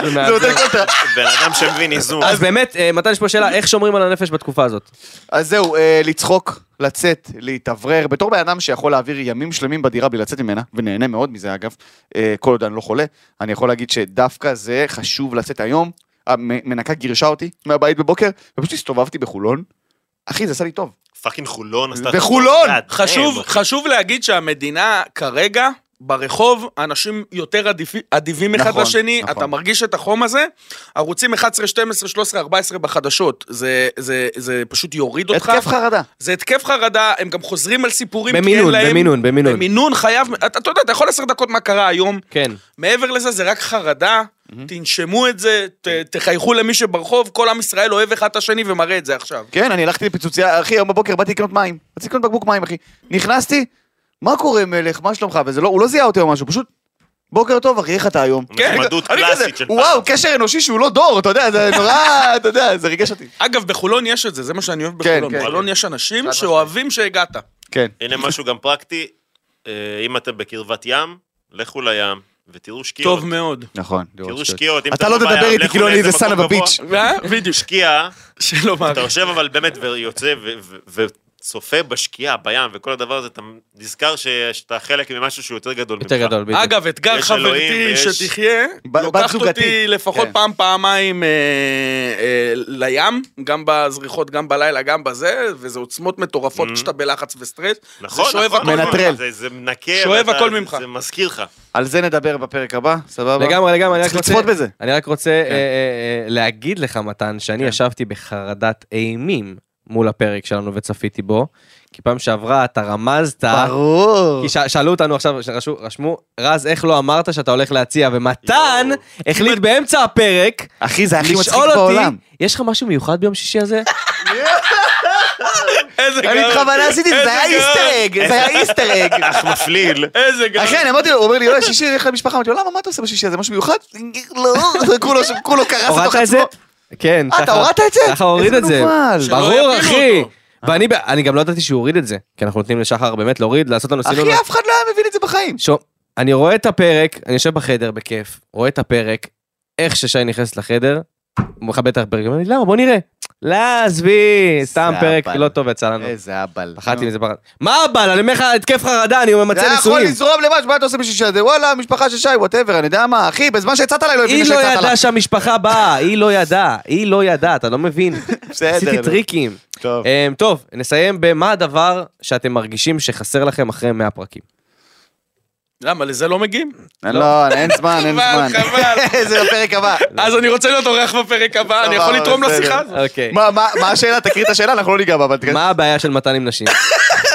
זה נותן קונטרה.
בן אדם שמבין איזון.
אז באמת, אה, מתן, יש פה שאלה, איך שומרים על הנפש בתקופה הזאת?
אז זהו, אה, לצחוק, לצאת, להתאוורר. בתור בן אדם שיכול להעביר ימים שלמים בדירה בלי לצאת ממנה, ונהנה מאוד מזה אגב, אה, כל עוד אני לא חולה, אני יכול להגיד שדווקא זה חשוב לצאת היום. המנקה גירשה אותי מהבית בבוקר, ופשוט הסתובבתי בחולון. אחי, זה עשה לי טוב.
פאקינג חולון עשתה...
בחולון!
חשוב,
אוקיי.
חשוב להגיד שהמדינה כרגע, ברחוב, אנשים יותר עדיפי, אדיבים אחד
נכון,
לשני,
נכון.
אתה מרגיש את החום הזה. ערוצים 11, 12, 13, 14 בחדשות, זה, זה, זה פשוט יוריד אותך.
התקף חרדה.
זה התקף חרדה, הם גם חוזרים על סיפורים. כי אין
במינון,
להם-
במינון, במינון.
במינון חייב, אתה, אתה יודע, אתה יכול עשר דקות מה קרה היום.
כן.
מעבר לזה, זה רק חרדה, תנשמו את זה, ת, תחייכו למי שברחוב, כל עם ישראל אוהב אחד את השני ומראה את זה עכשיו.
כן, אני הלכתי לפיצוצייה, אחי, היום בבוקר באתי לקנות מים. רציתי לקנות בקבוק מים, אחי. נכנסתי, מה קורה מלך, מה שלומך? וזה לא, הוא לא זיהה אותי או משהו, פשוט... בוקר טוב, אחי, איך אתה היום?
כן,
נחמדות
אני כזה,
קלאסית של פעם.
וואו, קשר אנושי שהוא לא דור, אתה יודע, זה נורא, אתה יודע, זה ריגש אותי.
אגב, בחולון יש את זה, זה מה שאני אוהב
כן,
בחולון.
כן.
בחולון יש אנשים שאוהבים שהגעת.
כן.
הנה משהו גם פרקטי, אה, אם אתם בקרבת ים, לכו לים ותראו שקיעות.
טוב מאוד.
נכון.
תראו שקיעות. אם
אתה לא
בים,
תדבר איתי
לכו
כאילו אני
לאיזה
איזה סאנה
מקום גבוה.
בביץ'.
אה? בדיוק.
שקיעה,
שלא
אתה
מעריך.
יושב אבל באמת ויוצא ו- ו- וצופה בשקיעה, בים, וכל הדבר הזה, אתה נזכר ש- שאתה חלק ממשהו שהוא יותר גדול ממך.
יותר גדול, בדיוק.
אגב, אתגר
יש אלוהים
חברתי
ויש-
שתחיה,
ב-
לוקחת
בת זוגתי.
אותי לפחות
כן.
פעם, פעמיים אה, אה, לים, גם בזריחות, גם בלילה, גם בזה, וזה עוצמות מטורפות כשאתה בלחץ וסטרס.
Mm. נכון,
זה שואב
נכון.
הכל.
מנטרל.
זה- זה מנקה.
שואב
ואתה-
הכל ממך.
זה מזכיר לך.
על זה נדבר בפרק הבא, סבבה?
לגמרי, לגמרי, אני רק
צריך
רוצה...
לצפות בזה. כן.
אני רק רוצה אה, אה, אה, להגיד לך, מתן, שאני ישבתי בחרדת אימים מול הפרק שלנו וצפיתי בו, כי פעם שעברה אתה רמזת...
ברור.
כי ש- שאלו אותנו עכשיו, ש- רשו- רשמו, רז, איך לא אמרת שאתה הולך להציע? ומתן החליט באמצע הפרק
אחי, זה הכי מצחיק
לשאול אותי,
בעולם.
יש לך משהו מיוחד ביום שישי הזה?
איזה
אני בכוונה עשיתי את זה, זה היה
איזה גאון.
איסטר אג, זה היה איסטר אג.
אך מפליל.
איזה גאון.
אחי, אני אמרתי לו, הוא אומר לי, יואי, שישי, אני הולך למשפחה, אמרתי לו, למה, מה אתה עושה בשישי הזה, משהו מיוחד? לא, כולו- כולו קרס
הורדת
לתוך
את זה?
עצמו.
כן.
אה, אתה
שחר-
הורדת את זה?
שחר הוריד את
איזה
זה.
מנוול.
שלא
ברור,
יפילו
אחי.
אותו.
ואני ב- אני גם לא ידעתי שהוא הוריד את זה, כי אנחנו נותנים לשחר באמת להוריד, לעשות לנו סינון.
אחי, אף אחד לא היה מבין את זה בחיים.
שום, אני רואה את הפרק, אני יושב בחדר בכיף, רואה את הפרק, איך ששי נכנס לחדר, הוא מכבד את הפרק, אומר לי, למה, בוא נראה. לא, עזבי, סתם
זה
פרק
אבל.
לא טוב יצא לנו.
איזה אבל.
פחדתי מזה פחד. מה הבעל? אני אומר לך, התקף חרדה, אני
זה
ממצה
היה יכול
נישואים.
לזרום למשהו, מה אתה עושה בשישי הזה? וואלה, משפחה של שי, וואטאבר, אני יודע מה, אחי, בזמן שהצעת עליי לא הבינה
היא לא
שהצעת עליי.
ידעה שהמשפחה באה, היא לא ידעה, היא לא ידעה, אתה לא מבין.
בסדר,
עשיתי
נו.
טריקים.
טוב.
אמ, טוב, נסיים במה הדבר שאתם מרגישים שחסר לכם אחרי 100 פרקים.
למה, לזה לא מגיעים?
אה,
לא, אין זמן, אין
חבל,
זמן.
חבל.
זה בפרק הבא.
אז אני רוצה להיות אורח בפרק הבא, אני יכול
לא. סבבה,
לתרום
בסדר.
לשיחה הזאת.
אוקיי.
מה- מה מה השאלה? תקריא את השאלה, אנחנו לא ניגע בה, אבל תקריא.
מה הבעיה של מתן עם נשים?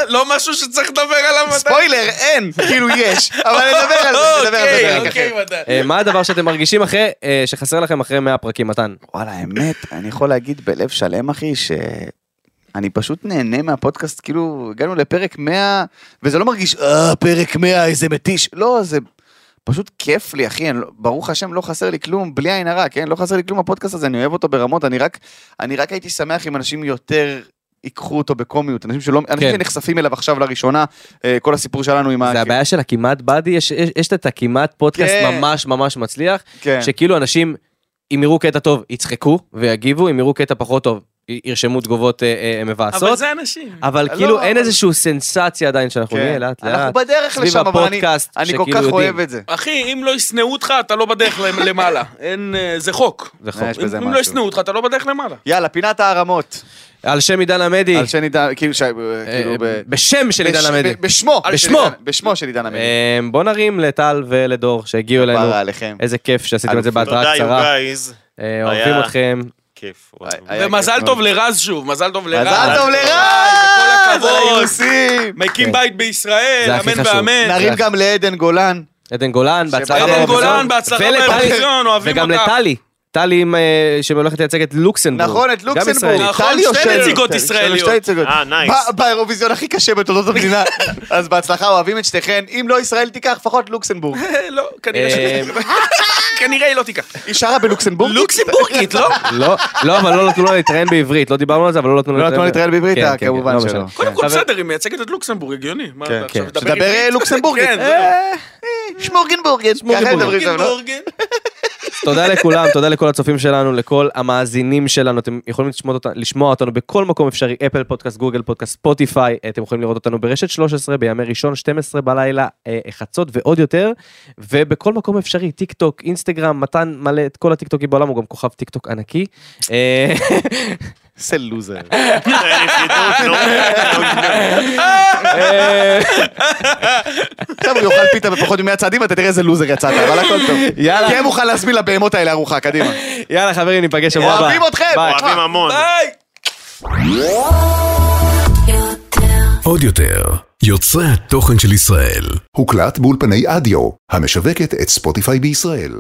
לא משהו שצריך לדבר עליו. מתי.
ספוילר, אין, כאילו יש, אבל נדבר על זה, נדבר על זה
אוקיי,
בפרק אחר.
אוקיי, ודאי.
אה, מה הדבר שאתם מרגישים אחרי, אה, שחסר לכם אחרי 100 פרקים, מתן?
וואלה, האמת, אני יכול להגיד בלב שלם, אחי, שאני פשוט נהנה מהפודקאסט, כאילו, הגענו לפרק 100, וזה לא מרגיש, אה, פרק 100, איזה מתיש. לא, זה פשוט כיף לי, אחי, אני, לא- ברוך השם, לא חסר לי כלום, בלי עין הרע, כן? לא חסר לי כלום הפודקאסט הזה, אני אוהב אותו ברמות, אני רק, אני רק הייתי שמח אם אנשים יותר... ייקחו אותו בקומיות, אנשים שלא, אנשים
כן.
שנחשפים אליו עכשיו לראשונה, אה, כל הסיפור שלנו עם ה...
זה הבעיה של הכמעט באדי, יש- יש יש את הכמעט פודקאסט
כן.
ממש ממש מצליח,
כן.
שכאילו אנשים, אם יראו קטע טוב, יצחקו ויגיבו, אם יראו קטע פחות טוב, י- ירשמו תגובות אה, אה,
אבל
מבאסות.
זה אנשים.
אבל
לא,
כאילו אין
אבל-
איזשהו סנסציה עדיין שאנחנו
כן.
נהיה לאט לאט.
אנחנו בדרך
סביב
לשם, אבל אני,
הפודקאסט
אני כל
שכאילו
כך
יודעים.
אוהב את זה.
אחי, אם לא ישנאו אותך, אתה לא בדרך למ- למעלה. אין, אה, זה חוק.
זה חוק.
אה, יש
אם
בזה
אם לא
משהו.
ישנאו אותך, אתה לא בדרך למעלה.
יאללה, פינת הערמות.
על שם עידן עמדי.
על שני דן, כאילו, ש...
אה,
כאילו ב...
בשם של עידן
בש-
עמדי.
ב- בשמו.
על
בשמו.
של עידן- בשמו של עידן עמדי.
אה, לא. בוא נרים לטל ולדור שהגיעו אלינו.
כפרה עליכם.
כן. איזה כיף שעשיתם את זה
אלופים.
בהתראה
תודה, יו
קצרה.
גייז.
אה, אוהבים
היה-
אתכם.
כיף.
היה
ומזל
כיף
טוב
מאוד.
לרז שוב, מזל טוב לרז.
מזל טוב
וואי,
לרז!
וכל
על
הכבוד.
האירוסים.
מקים בית בישראל,
זה הכי
אמן
חשוב.
ואמן.
נרים גם לעדן גולן.
עדן גולן, בהצלחה
עדן
באירוויזיון.
גולן, בהצלחה
ולטלי.
באירוויזיון, אוהבים
וגם
אותך.
לטלי. טלי עם, אה, שהולכת לייצג את לוקסנבורג.
נכון, את
גם
לוקסנבורג.
ישראלית.
נכון,
טלי
שתי
יושבת.
נציגות
כן,
ישראליות.
שתי נציגות.
אה, נייס.
בא- באירוויזיון הכי קשה בתולדות המדינה. אז בהצלחה, אוהבים את שתיכן. אם לא ישראל תיקח, לפחות לוקסנבורג.
אה, לא, כנראה ש...
אה,
כנראה היא לא תיקח.
היא שרה בלוקסנבורג?
לוקסמבורגית, לא?
לא, לא, אבל לא נתנו לו להתראיין בעברית, לא דיברנו על זה, אבל לא נתנו לו
לא נתנו לו להתראיין בעברית,
כן,
אה,
כן, כן,
כמובן
לא
שלא.
משנה.
קודם כל
חבר-
בסדר, היא מייצגת את לוקסמבורג, הגיוני. מה, אתה עכשיו
כן.
מדבר
שתדבר,
עברית?
אה, לוקסמבורגית.
כן, זהו.
שמורגנבורגן. ככה הם מדברים שם, לא?
לוקסמבורגית.
תודה לכולם, תודה לכל הצופים שלנו, לכל המאזינים שלנו, אתם יכולים לשמוע, אותה, לשמוע אותנו בכל מקום אפשרי, אפל פודקאסט, גוגל פודקאסט, ספוטיפיי, אה, אתם יכולים לראות אותנו ברשת 13 בימי ראשון, 12 בלילה, אה, חצות ועוד יותר, ובכל מקום אפשרי, טיק טוק, אינסטגרם, מתן מלא את כל הטיק טוקים בעולם, הוא גם כוכב טיק טוק ענקי. אה,
איזה לוזר.
לא-
אה,
עכשיו הוא יאכל פיתה בפחות ממאה צעדים, אתה תראה איזה לוזר יצאת, אבל הכל טוב.
יאללה.
תהיה מוכן להזמין לבהמות האלה ארוחה, קדימה.
יאללה חברים, ניפגש שבוע הבא.
אוהבים אתכם!
ביי.
אוהבים המון.
ביי!
עוד יותר, יוצרי התוכן של ישראל.
הוקלט באולפני אדיו, המשווקת את ספוטיפיי בישראל.